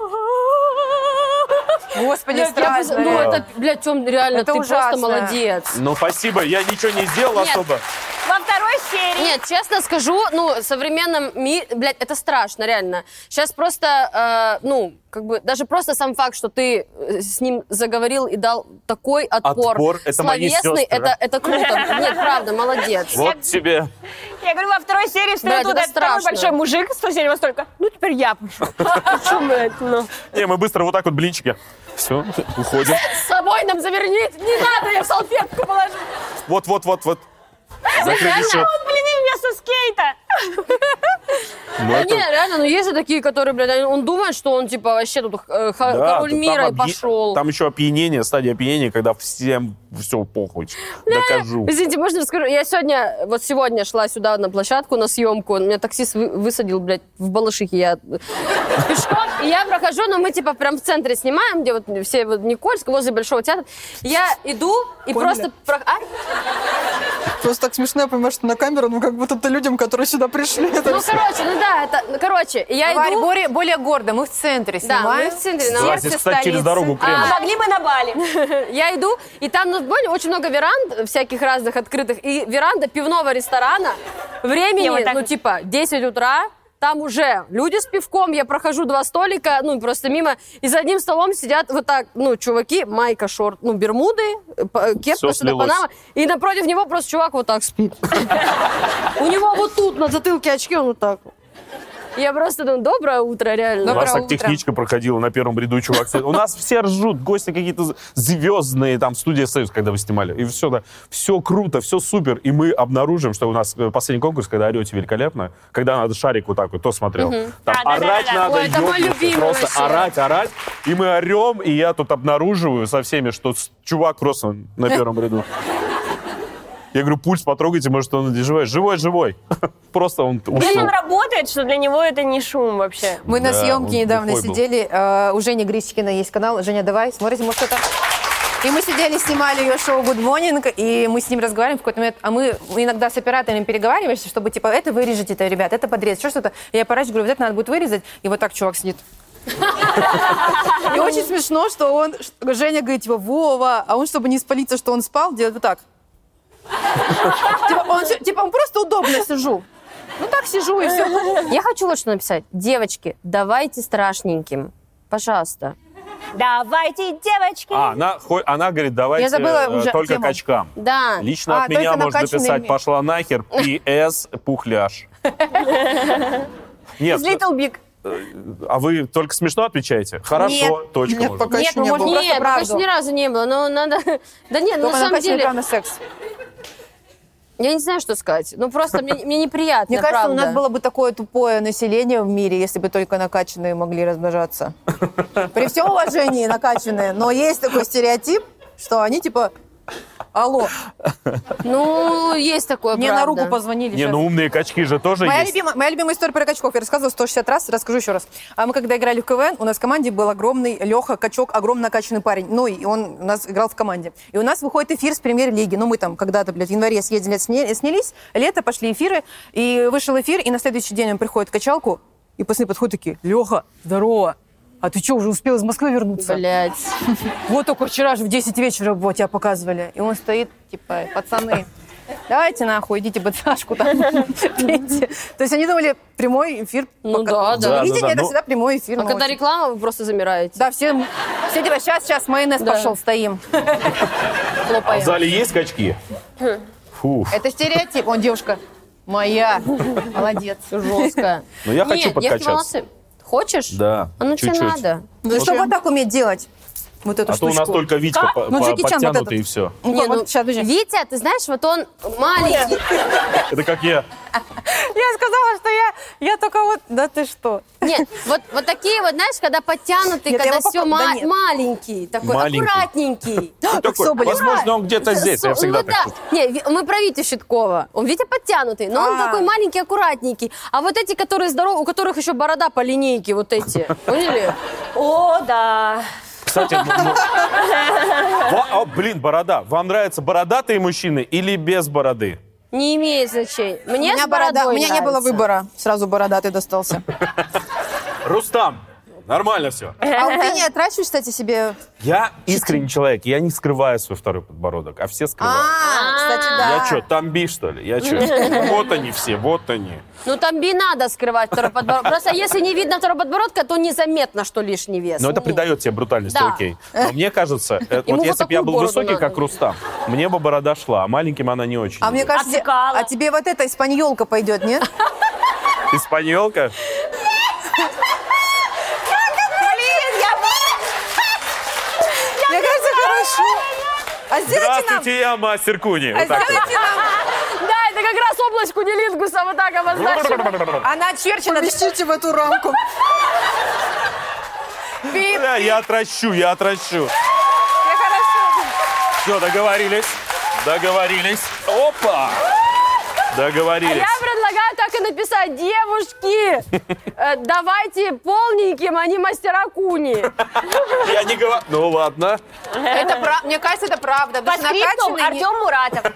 Господи,
Блядь, я бы за-
страшно.
Ну,
реально.
это, блядь, Тем, реально,
Это
ты просто
ужасно.
молодец.
Ну, спасибо, я ничего не сделал
Нет.
особо.
Во второй серии
Нет, честно скажу, ну, в современном мире, блядь, это страшно, реально. Сейчас просто, э, ну, как бы, даже просто сам факт, что ты э, с ним заговорил и дал такой отпор.
Отпор? Это мои
словесный,
сестры.
это, это круто. Нет, правда, молодец.
Вот тебе.
Я говорю, во второй серии встает
Да, это
вот этот второй
страшно.
большой мужик с соседнего столько. Ну, теперь я пошел. Почему это? ну?
Не, мы быстро вот так вот блинчики. Все, уходим.
С собой нам заверни, не надо, я в салфетку положу.
Вот-вот-вот-вот. Закрыли
А
счет.
вот, блин, и вместо скейта.
Ну,
Да
это-
не, реально, ну есть же такие, которые, блядь, они- он думает, что он, типа, вообще тут э, ха-
Да,
король
тут
мира и
там объе-
пошел.
Там еще опьянение, стадия опьянения, когда всем все похуй. Докажу.
Извините, можно расскажу? Я сегодня, вот сегодня шла сюда на площадку на съемку, меня таксист вы- высадил, блядь, в Балашихе, я пешком, и я прохожу, но мы, типа, прям в центре снимаем, где вот все, вот Никольск, возле Большого театра. Я иду и просто... про- А?
Просто так смешно, я понимаю, что на камеру, ну, как будто ты людям, которые сюда пришли. это
Ну,
всё.
короче, ну да, это, ну, короче, я
Варь,
иду...
более, более гордо, мы в центре
Да, мы
снимаем.
в центре, на
Да, здесь, кстати, через дорогу Кремль.
А могли бы на Бали.
Я иду, и там, ну, понял, очень много веранд всяких разных открытых. И веранда пивного ресторана времени,
Не, вот так
ну,
вот.
типа, 10 утра, там уже люди с пивком, я прохожу два столика, ну, просто мимо, и за одним столом сидят вот так, ну, чуваки, майка, шорт, ну, бермуды, э, п- кепка,
Всё
что-то
слилось.
панама, и напротив него просто чувак вот так спит. <laughs> У него вот тут на затылке очки, он вот так. вот. Я просто думаю, доброе утро, реально.
У нас
Доброе
так
утро.
техничка проходила на первом ряду, чувак. стоит. У нас все ржут, гости какие-то звездные, там, студия «Союз», когда вы снимали. И все, да, все круто, все супер. И мы обнаружим, что у нас э, последний конкурс, когда орете великолепно, когда надо шарик вот так вот, то смотрел. Там
Да-да-да-да.
орать надо,
Ой, это мой
ёбнуться,
любимый
просто
вообще.
орать, орать. И мы орем, и я тут обнаруживаю со всеми, что с- чувак просто на первом ряду. Я говорю, пульс потрогайте, может, он не живой. Живой, живой. <laughs> Просто он
Блин,
ушел.
он работает, что для него это не шум вообще.
Мы на
Да, он
съемке недавно
глухой был.
сидели, э, у Жени Грищикина есть канал. Женя, давай, смотрите, может это... И мы сидели, снимали ее шоу «Good Morning», и мы с ним разговариваем в какой-то момент, а мы иногда с операторами переговариваемся, чтобы, типа, это вырежете, это, ребят, это подрез, еще что-то. Я пораньше говорю, вот это надо будет вырезать, и вот так чувак сидит. И очень смешно, что он, что Женя говорит, типа, Вова, а он, чтобы не спалиться, что он спал, делает вот так. Типа, он, всё- типа, он просто удобно сижу. Ну так сижу и все.
Я хочу вот что написать. Девочки, давайте страшненьким. Пожалуйста.
Давайте, девочки.
А, она, хо- она говорит, давайте
Я забыла
э,
уже
только
тему.
качкам.
Да.
Лично
А,
от меня
только
можно
накачанными.
написать «пошла нахер» и «С»
<laughs>
пухляж. Нет,
Из Little Big.
а вы только смешно отвечаете? Хорошо, точка.
Нет,
может
пока
быть.
Нет,
еще
ну,
не
может,
было.
Просто
Нет, пока
правду.
что ни разу не было, но надо... <laughs> Да нет, ну,
Только
на самом
накачанный
деле,
экран на секс.
я не знаю, что сказать. Ну, просто мне, мне неприятно,
Мне кажется,
правда.
у нас было бы такое тупое население в мире, если бы только накачанные
<laughs>
могли размножаться. При всем уважении накачанные, но есть такой стереотип, что они типа, алло,
Ну, есть такое,
мне
правда.
на руку позвонили.
Не,
щас».
ну умные качки же тоже
Моя
есть.
любимая, моя любимая история про качков. Я рассказывала 160 раз, расскажу еще раз. А мы когда играли в КВН, у нас в команде был огромный Леха Качок, огромно накачанный парень. Ну, и он у нас играл в команде. И у нас выходит эфир с премьер-лиги. Ну, мы там когда-то, блядь, в январе съездили, сня- снялись, лето, пошли эфиры, и вышел эфир, и на следующий день он приходит в качалку, и пацаны подходят такие, Леха, здорово, а ты что, уже успел из Москвы вернуться?
Блять.
Вот только вчера же в 10 вечера вот тебя показывали. И он стоит, типа, пацаны, давайте нахуй, идите бацашку <laughs> там пейте». То есть они думали, прямой эфир.
Ну да,
пока-
да.
Да,
Видите,
да, да,
это
ну-
всегда прямой эфир.
А
ну,
когда
очень.
реклама, вы просто замираете.
Да, все, все типа, сейчас, сейчас, майонез
Да.
пошел, стоим.
А в
Хлопаем.
зале есть качки?
Хм.
Фу.
Это стереотип. Он девушка. Моя. Молодец.
Жестко.
<laughs> Ну, я хочу
Нет,
подкачаться.
хотела на- Хочешь?
Да,
А ну тебе
чуть-чуть.
надо.
Ну, Что вот так уметь делать? Вот эту
А то у
штучку.
нас только Витька по-
Ну,
по-
Джеки Чан вот этот.
подтянутый и все.
Не, ну, сейчас, подожди.
Витя, ты знаешь, вот он маленький.
Это
<gasps>
как я.
<laughs> Я сказала, что я, я только вот, да ты что?
Нет, вот, вот такие вот, знаешь, когда подтянутый,
Нет, я
когда
его
все
пока- да нет.
маленький, такой
Маленький.
аккуратненький.
Он такой,
Соболев.
возможно, он где-то здесь. Я
Су-
всегда
ну
так
да. Не, Ви- мы про Витю Щиткова. Он Витя подтянутый, но он
А.
такой маленький, аккуратненький. А вот эти, которые здоровы, у которых еще борода по линейке, вот эти. Поняли?
О, да.
Кстати, ну, ну. Во- а, блин, борода. Вам нравятся бородатые мужчины или без бороды?
Не имеет значения. Мне
у меня
с бородой
борода, у меня не было
нравится.
выбора. Сразу бородатый достался.
Рустам, нормально все.
А вот ты не отращиваешь, кстати, себе...
Я искренний человек, я не скрываю свой второй подбородок, а все скрывают.
А, кстати, да.
Я что, тамби, что ли? Я что? Ну, Вот они все, вот они.
Ну там би надо скрывать второй подбородок. Просто если не видно второго подбородка, то незаметно, что лишний вес.
Но это придает тебе брутальности,
Да.
окей. Но мне кажется, э,
Ему
вот
вот
если бы я
такую
был
бороду
высокий,
надо.
как Рустам, мне бы борода шла, а маленьким она не очень.
А мне
идет.
кажется, те-
Отсекала.
а тебе вот эта испаньолка пойдет, нет?
Испаньолка?
Блин, я... Мне кажется, хорошо. А сделайте нам...
Здравствуйте, я мастер Куни.
А
Вот так вот.
сделайте нам...
Да, это как раз область кунилингуса вот так обозначена.
Она очерчена.
Поместите в эту рамку.
Пип.
<laughs> Да, Я отращу, я отращу.
Я хорошо.
Все, договорились. Договорились. Опа! Договорились.
А Я предлагаю так и написать. Девушки, э, давайте полненьким, они мастера куни.
Я не говорю. Ну ладно.
Это прав- Мне кажется, это правда.
По
Потому что
скриптум
накачанные не-
Артем Муратов.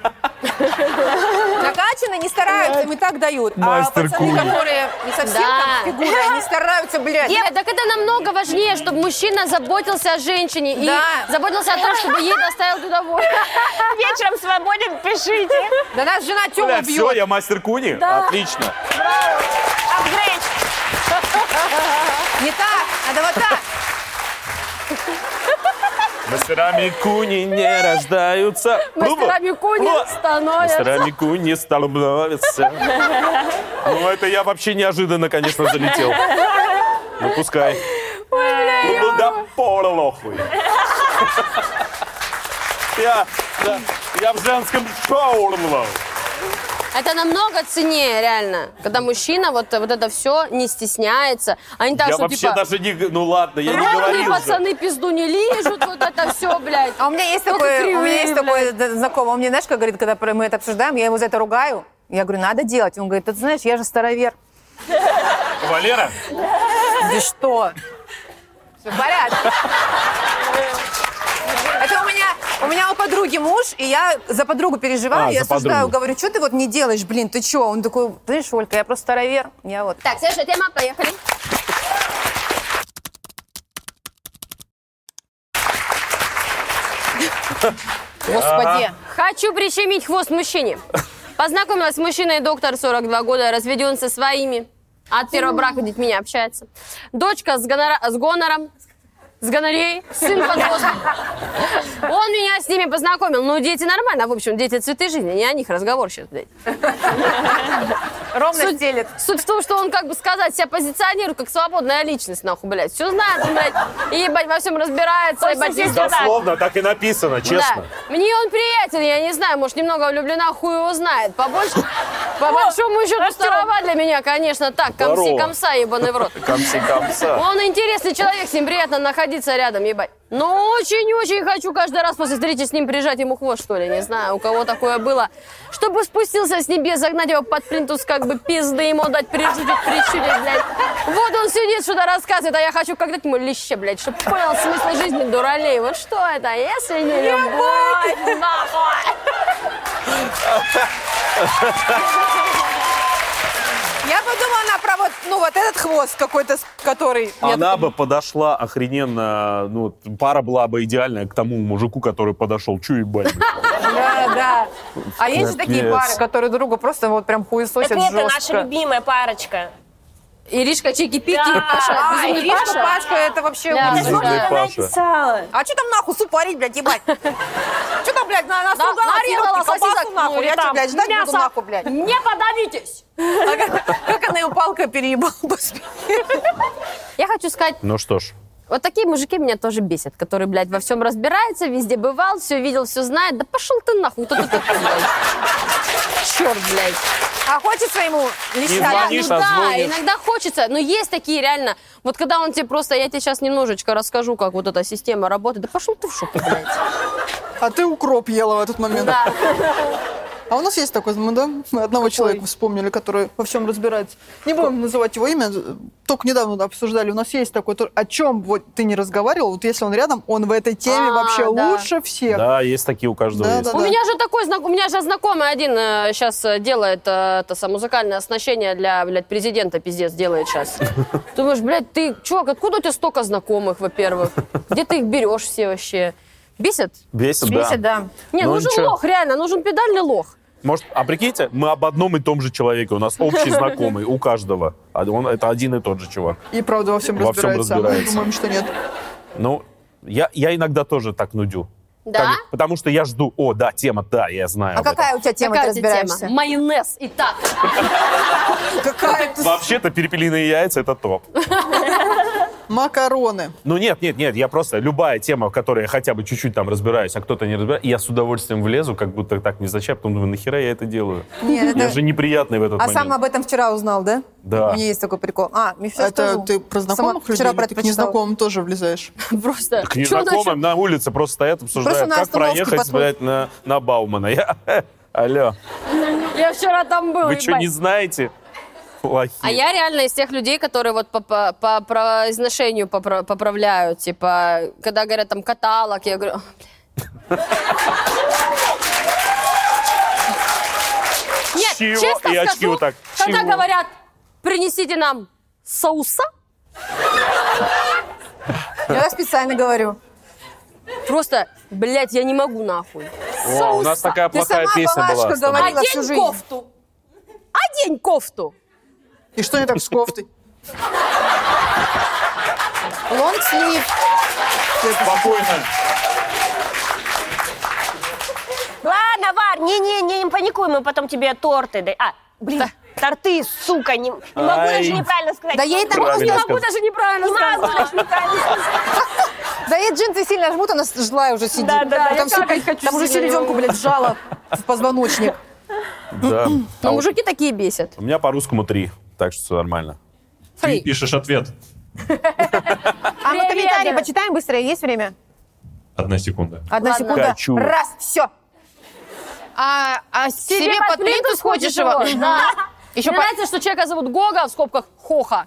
Пацаны не стараются, им и так дают. А
Мастер
пацаны,
Куни.
которые не совсем
Да.
там фигуры, они стараются, блядь.
Нет, так это намного важнее, чтобы мужчина заботился о женщине
Да.
и заботился о том, чтобы ей доставил удовольствие.
Вечером свободен, пишите.
Да нас жена Тёма
Бля, все,
бьет.
я мастер Куни? Отлично.
Апгрейд.
Не так, надо вот так.
Мастерами Куни не рождаются.
Мастерами куни
Бу-бу.
становятся.
Мастерами Куни становятся. Ну, это я вообще неожиданно, конечно, залетел. Ну, пускай. Ну, да полохуй. Я, да, я в женском шоу.
Это намного ценнее, реально. Когда мужчина вот, э, вот это все не стесняется. Они так,
я
что
вообще
типа...
даже не... г- Ну, ладно, я не
Ровные
говорил же.
пацаны пизду не лижут, вот это все, блядь.
А у меня есть
Только
такой, у меня
кривые,
есть
блядь.
такой да, знакомый. Он мне, знаешь, как говорит, когда про- мы это обсуждаем, я его за это ругаю. Я говорю, надо делать. Он говорит, ты знаешь, я же старовер.
Валера?
Ты что? Все в порядке. Это у меня, у меня у подруги муж, и я за подругу переживаю,
А,
я
за
осуждаю,
подругу.
говорю, что ты вот не делаешь, блин, ты что? Он такой, знаешь, Олька, я просто старовер, я вот.
Так, следующая тема, поехали.
Господи.
Хочу прищемить хвост мужчине. Познакомилась с мужчиной, доктор, 42 года, разведен со своими. От первого брака детьми не общается. Дочка с, гонора- с гонором, с гонореей, сын подросток. Он меня с ними познакомил. Ну, дети нормально, в общем, дети цветы жизни, не о них разговор сейчас, блядь.
Ровно
Суть-
стелет.
Суть в том, что он, как бы сказать, себя позиционирует как свободная личность, нахуй, блядь. Все знает, он, блядь, и, ебать, во всем разбирается,
Хочется
ебать, есть
здесь вот так.
Дословно так и написано, честно.
да. Мне он приятен, я не знаю, может, немного влюблена, хуй его знает. Побольше, по большому счету, старова для меня, конечно, так, комси,
Здорово.
комса, ебаный в рот.
Камси-камса.
Он интересный человек, с ним приятно находиться рядом, ебать. Но очень-очень хочу каждый раз после встречи с ним прижать ему хвост, что ли, не знаю, у кого такое было. Чтобы спустился с небес, загнать его под плинтус, как бы пизды ему дать, прижутить, причудить, блядь. Вот он сидит, что-то рассказывает, а я хочу когда-то ему леще, блядь, чтобы понял смысл жизни дуралей. Вот что это, если не любовь, нахуй.
Я подумала, она про вот, ну, вот этот хвост какой-то, с- который... я
Она бы подошла охрененно, ну, пара была бы идеальная к тому мужику, который подошел. Чу ебать.
Да, да. А есть же такие
Капец.
пары, которые другу просто вот прям хуесосят
Так нет, это наша
жестко.
любимая парочка.
Иришка, чики-пики,
Да.
Паша,
А,
безумный
и Пашка,
Паша.
Пашка, это вообще...
<laughs> Да.
ужас.
Безумный
Возможно, она
Паша.
написала.
А что там нахуй суп варить, блядь, ебать? <laughs> Что там, блядь, на нас
Да, нарезала
колбасу
сосисок, ну,
нахуй,
или
я тебя,
там
блядь, ждать буду
мясо.
нахуй, блядь.
Не подавитесь!
А как, как она его палкой переебала по спине?
Я хочу сказать,
Ну что ж.
Вот такие мужики меня тоже бесят, которые, блядь, во всем разбираются, везде бывал, все видел, все знает. Да пошел ты нахуй, кто ты такой, блядь. Черт, блядь.
А хочется ему
Да,
лично...
звони. звонишь,
ну да,
а звонишь.
иногда хочется, но есть такие реально. Вот когда он тебе просто, я тебе сейчас немножечко расскажу, как вот эта система работает. Да пошел ты в шопу, блядь.
А ты укроп ела в этот момент.
Да.
А у нас есть такой, мы, да, мы одного человека вспомнили, который во всем разбирается. Не будем называть его имя, только недавно да, обсуждали. У нас есть такой, то- о чем вот ты не разговаривал, вот если он рядом, он в этой теме
А,
вообще
да.
лучше всех.
Да, есть такие у каждого.
Да,
есть.
У меня же такой знак, у меня же знакомый один сейчас делает э, это сам музыкальное оснащение для, блядь, президента, пиздец, делает
<laughs>
сейчас. Думаешь, блядь, ты, чувак, откуда у тебя столько знакомых, во-первых? Где ты их берешь все вообще? Бесит?
Бесит, да.
Бесит, да.
Не,
Ну,
нужен
ничего.
лох, реально, нужен педальный лох.
Может, а прикиньте, мы об одном и том же человеке. У нас общий знакомый, у каждого. А Он, это один и тот же чувак.
И правда во всем
Во всем
разбирается, а мы
разбирается.
думаем, что нет.
Ну, я, я иногда тоже так нудю.
Да?
Как- потому что я жду, о, да, тема, да, я знаю.
А
об этом».
какая у тебя тема, ты
Какая у тебя
разбираешься?
тема? Майонез. И так. <laughs>
Какая ты...
Вообще-то перепелиные яйца это топ.
Макароны.
Ну нет, нет, нет, я просто любая тема, в которой я хотя бы чуть-чуть там разбираюсь, а кто-то не разбирается, я с удовольствием влезу, как будто так не зачем, потом думаю, нахера я это делаю?
Нет,
Я
это-
же неприятный в этот
А
момент.
сам об этом вчера узнал, да?
Да.
У меня есть такой прикол. А, мне сейчас
это
скажу.
ты про
Сама
знакомых людей?
Вчера
или ты к
прочитала.
незнакомым тоже влезаешь.
Просто.
К
Чё она
незнакомым на улице просто стоят,
Просто
обсуждают,
на
как
остановке
проехать,
подходят.
блядь, на, на Баумана. Я, <laughs> алло,
чё- Я вчера там был,
вы что,
ебать.
не знаете? Плохие.
А я реально из тех людей, которые вот по, по, по произношению попра- поправляют. Типа, когда говорят там каталог, я говорю... «О, бля». Нет,
Тащи его,
честно
и очки
скажу,
вот так.
Когда
Чего?
говорят, принесите нам соуса,
Я специально говорю.
просто, блядь, я не могу нахуй.
О, у нас такая
Ты
плохая
сама
песня была.
балашка
с тобой.
говорила. Она всю
Одень
жизнь.
кофту. Одень кофту.
И что не так с кофтой?
Лонг слив.
Спокойно.
Ладно, Вар, не-не-не, не паникуй, мы потом тебе торты дай. А, блин, торты, сука, не, не могу
Ай.
даже неправильно сказать.
Да ей там-
Правильно
Не могу
сказал.
даже неправильно
Не могу
сказать.
даже неправильно сказать.
Да ей джинсы сильно жмут, она злая уже сидит.
Да, да, да,
Ну,
я
там, сука,
какать хочу
там уже
сильно, я
селезенку, блядь, сжала в позвоночник.
Да. А
Но мужики такие бесят.
У меня по-русскому три, так что все нормально.
Ты
Фри.
пишешь ответ.
А мы
Привет,
комментарии
да.
почитаем быстро, есть время?
Одна секунда.
Одна
Ладно.
секунда.
Хочу.
Раз, все. А, а себе, под плинтус хочешь его?
Да. <laughs>
Еще
Мне нравится, что человека зовут Гога, в скобках <laughs> Хоха.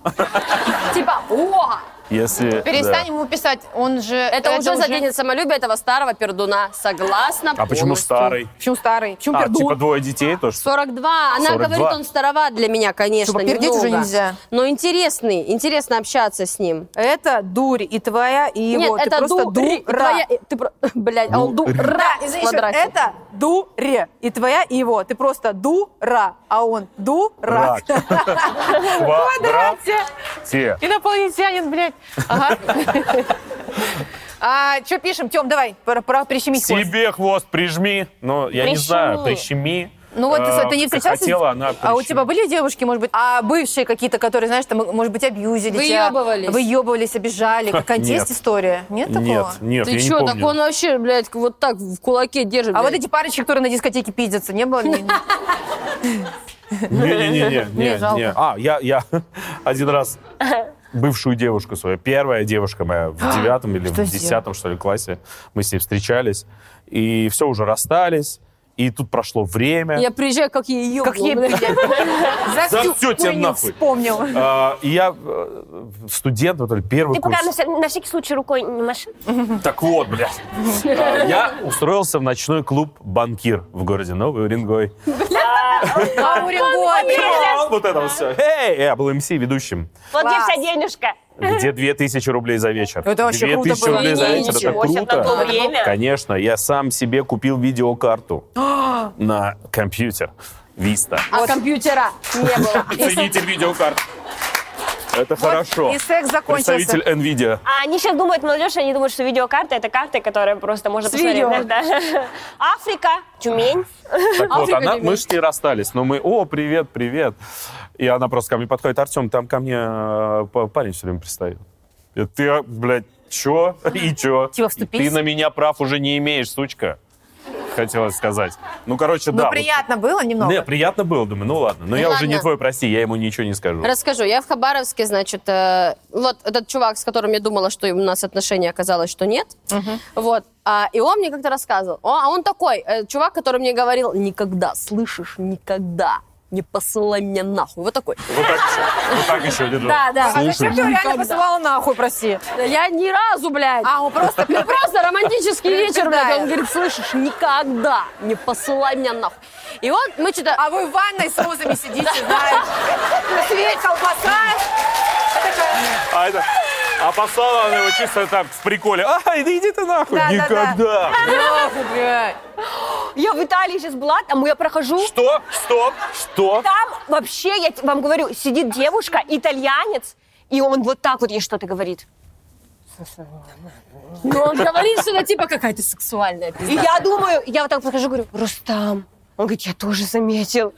Типа Гога.
Если...
Перестань ему писать, он же...
Это, уже заденет самолюбие этого старого пердуна. Согласна
да. А почему
полностью.
старый?
Почему старый? Почему
А,
пердун?
типа двое детей, то что?
42. Она
42.
говорит, он староват для меня, конечно,
Чтобы пердеть уже
немного.
нельзя.
Но интересный, интересно общаться с ним.
Это дурь и твоя, и его.
Нет,
Ты
это
просто
ду, ри, и
дура.
твоя, и ты, про- <laughs> блядь, а он дура
Да,
в
извини, еще,
квадрате.
это дуре. И твоя, и его. Ты просто дура, а он дура. <laughs>
Рак. Квадрате. Те.
Инопланетянин, блядь.
<laughs>
Ага. А, что пишем? Тем, давай, про, про прищемить хвост.
Себе хвост прижми. Ну, я не
Прищеми.
знаю, прищеми.
Ну вот,
Э,
ты, ты не
как
встречался?
Хотела она
а у
прищемить.
тебя были девушки, может быть, а бывшие какие-то, которые, знаешь, там, может быть, абьюзили тебя?
Выебывались.
Выебывались,
<laughs>
обижали. Какая-то
Нет.
есть история? Нет такого?
Нет, нет,
Ты
я
чё,
не
так
помню.
он вообще, блядь, вот так в кулаке держит.
А вот
блядь.
эти парочки, которые на дискотеке пиздятся, не было? Ни- <laughs>
Не-не-не-не.
Мне жалко.
не. А, я, я <laughs> один раз бывшую девушку свою, первая девушка моя в девятом
<gasps>
или
Что
в
сделала?
десятом, что ли, классе, мы с ней встречались, и все, уже расстались, и тут прошло время.
Я приезжаю, как я ее.
Как
<laughs>
ей <laughs> За
За
всю
всё тебя
хуйню
нахуй.
вспомнил.
А, и я э, студент, вот, или первый
Ты
курс.
пока на, вся- на всякий случай рукой не маши.
Так
<laughs>
вот, блядь. А, Я устроился в ночной клуб «Банкир» в городе Новый Уренгой.
А Уренгой.
Вот это все. Эй, я был МС ведущим.
Вот где
Класс.
вся денежка.
Где 2000 рублей за вечер?
Это вообще круто
2000
было.
рублей за
Не,
вечер, это
ничего себе, на то
круто.
время.
Конечно, я сам себе купил
<gasps>
видеокарту
А!
на компьютер Виста.
А компьютера не было.
Ценитель видеокарт. Это хорошо.
И секс закончился.
Представитель NVIDIA.
А они сейчас думают, молодежь, они думают, что видеокарта это карты, которые просто можно посмотреть.
видео.
знаешь, да. <laughs> Африка, Тюмень.
Так
А
вот,
Африка
она,
не
мы с ней расстались, но мы, о, привет, привет. И она просто ко мне подходит, Артем, там ко мне э, п- парень все время пристает. Я, Ты, а, блядь, чё <laughs> и чё?
Типа,
И
вступись.
Ты на меня прав уже не имеешь, сучка. Хотелось сказать. Ну, короче, да.
Ну,
вот-
приятно было
Не,
немного.
приятно было, думаю, ну ладно. Но я уже не
ладно.
твой, прости, я ему ничего не
Ну.
скажу.
Расскажу. Я в Хабаровске, значит, э, вот этот чувак, с которым я думала, что у нас отношения, оказалось, что нет. Вот. А, и он мне как-то рассказывал. О, а он такой, э, чувак, который мне говорил, никогда, слышишь, никогда не посылай меня нахуй. Вот такой.
Вот так еще, вот так еще держу.
Да, да.
А зачем ты его реально
Никогда.
посылала нахуй, прости?
Я ни разу, блядь.
А, он просто...
Ну, просто
<laughs>
романтический вечер,
Подтверждаю.
блядь. Он говорит, слышишь, никогда не посылай меня нахуй. И вот мы что-то...
А вы в ванной с розами сидите, знаешь. На свете колбаса.
А это... А послала она его чисто там в приколе. А, иди, иди ты нахуй.
Да, да, да.
Никогда.
Нахуй, блядь.
Я в Италии сейчас была, там я прохожу.
Что? Стоп. Что?
Там вообще, я т- вам говорю, сидит девушка, итальянец, и он вот так вот ей что-то говорит.
Ну, он говорит, что она типа какая-то сексуальная пизда.
И я думаю, я вот так подхожу, говорю, Рустам. Он говорит, я тоже заметил.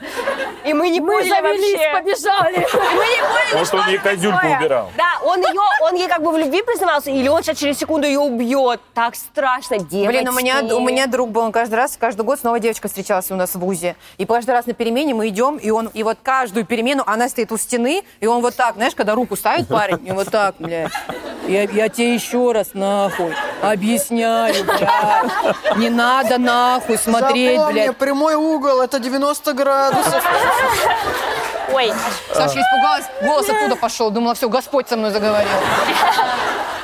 И мы не
Мы
поняли
завелись,
вообще.
побежали.
Мы не поняли,
Может, он ей
это
козюльку
такое.
убирал.
Да, он ее, он ей как бы в любви признавался, или он сейчас через секунду ее убьет. Так страшно, девочки.
Блин, у меня, у меня друг был, он каждый раз, каждый год снова девочка встречалась у нас в ВУЗе. И каждый раз на перемене мы идем, и он, и вот каждую перемену она стоит у стены, и он вот так, знаешь, когда руку ставит парень, и вот так, блядь. Я, я тебе еще раз нахуй объясняю, блядь. Не надо нахуй смотреть,
Запомни,
блядь.
прямой угол, это 90 градусов.
Ой,
Саша испугалась, голос оттуда пошел. Думала, все, Господь со мной заговорил.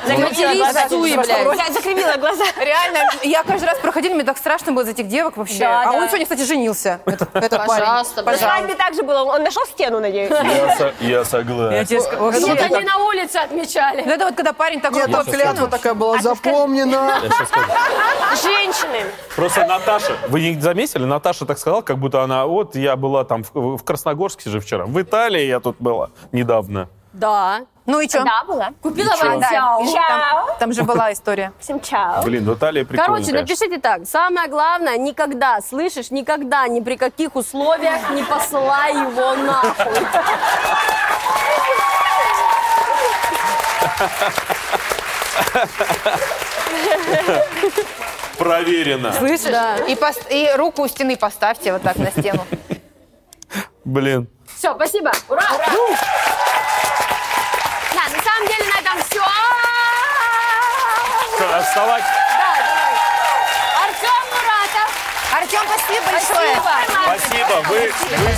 Закатила глаза.
Рисуй, блядь.
Блядь, закривила глаза.
Реально, я каждый раз проходила, мне так страшно было за этих девок вообще.
Да,
а
да.
он сегодня, кстати, женился. Этот, этот
Пожалуйста,
парень.
На свадьбе так же было. Он нашел стену, надеюсь.
Я, со- я согласен.
Я тебе
Ну,
ска- вообще.
Вот они на улице отмечали.
Ну, это вот когда парень такой...
Нет, там клятва такая
А
была, запомнена.
Я щас скажу.
Женщины.
Просто Наташа, вы не заметили? Наташа так сказала, как будто она, вот, я была там в, в Красногорске же вчера, в Италии я тут была недавно.
Да.
Ну и что?
Да, была.
Купила
Да, и
Вантяо.
же там, там же была история.
Всем чао.
Блин, в Италии прикольно.
Короче,
конечно.
напишите так. Самое главное, никогда, слышишь, никогда, ни при каких условиях не посылай его нахуй.
Проверено.
Слышишь?
Да.
И, пос- и руку у стены поставьте вот так на стену.
Блин.
Все, спасибо. Ура! Ура! Да, на самом деле на этом все.
Что, Вставать.
Артем Муратов.
Артем, спасибо большое.
Спасибо.
Спасибо, вы, вы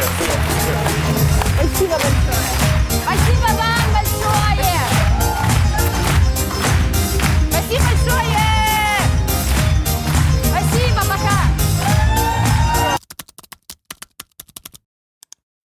супер.
Спасибо большое.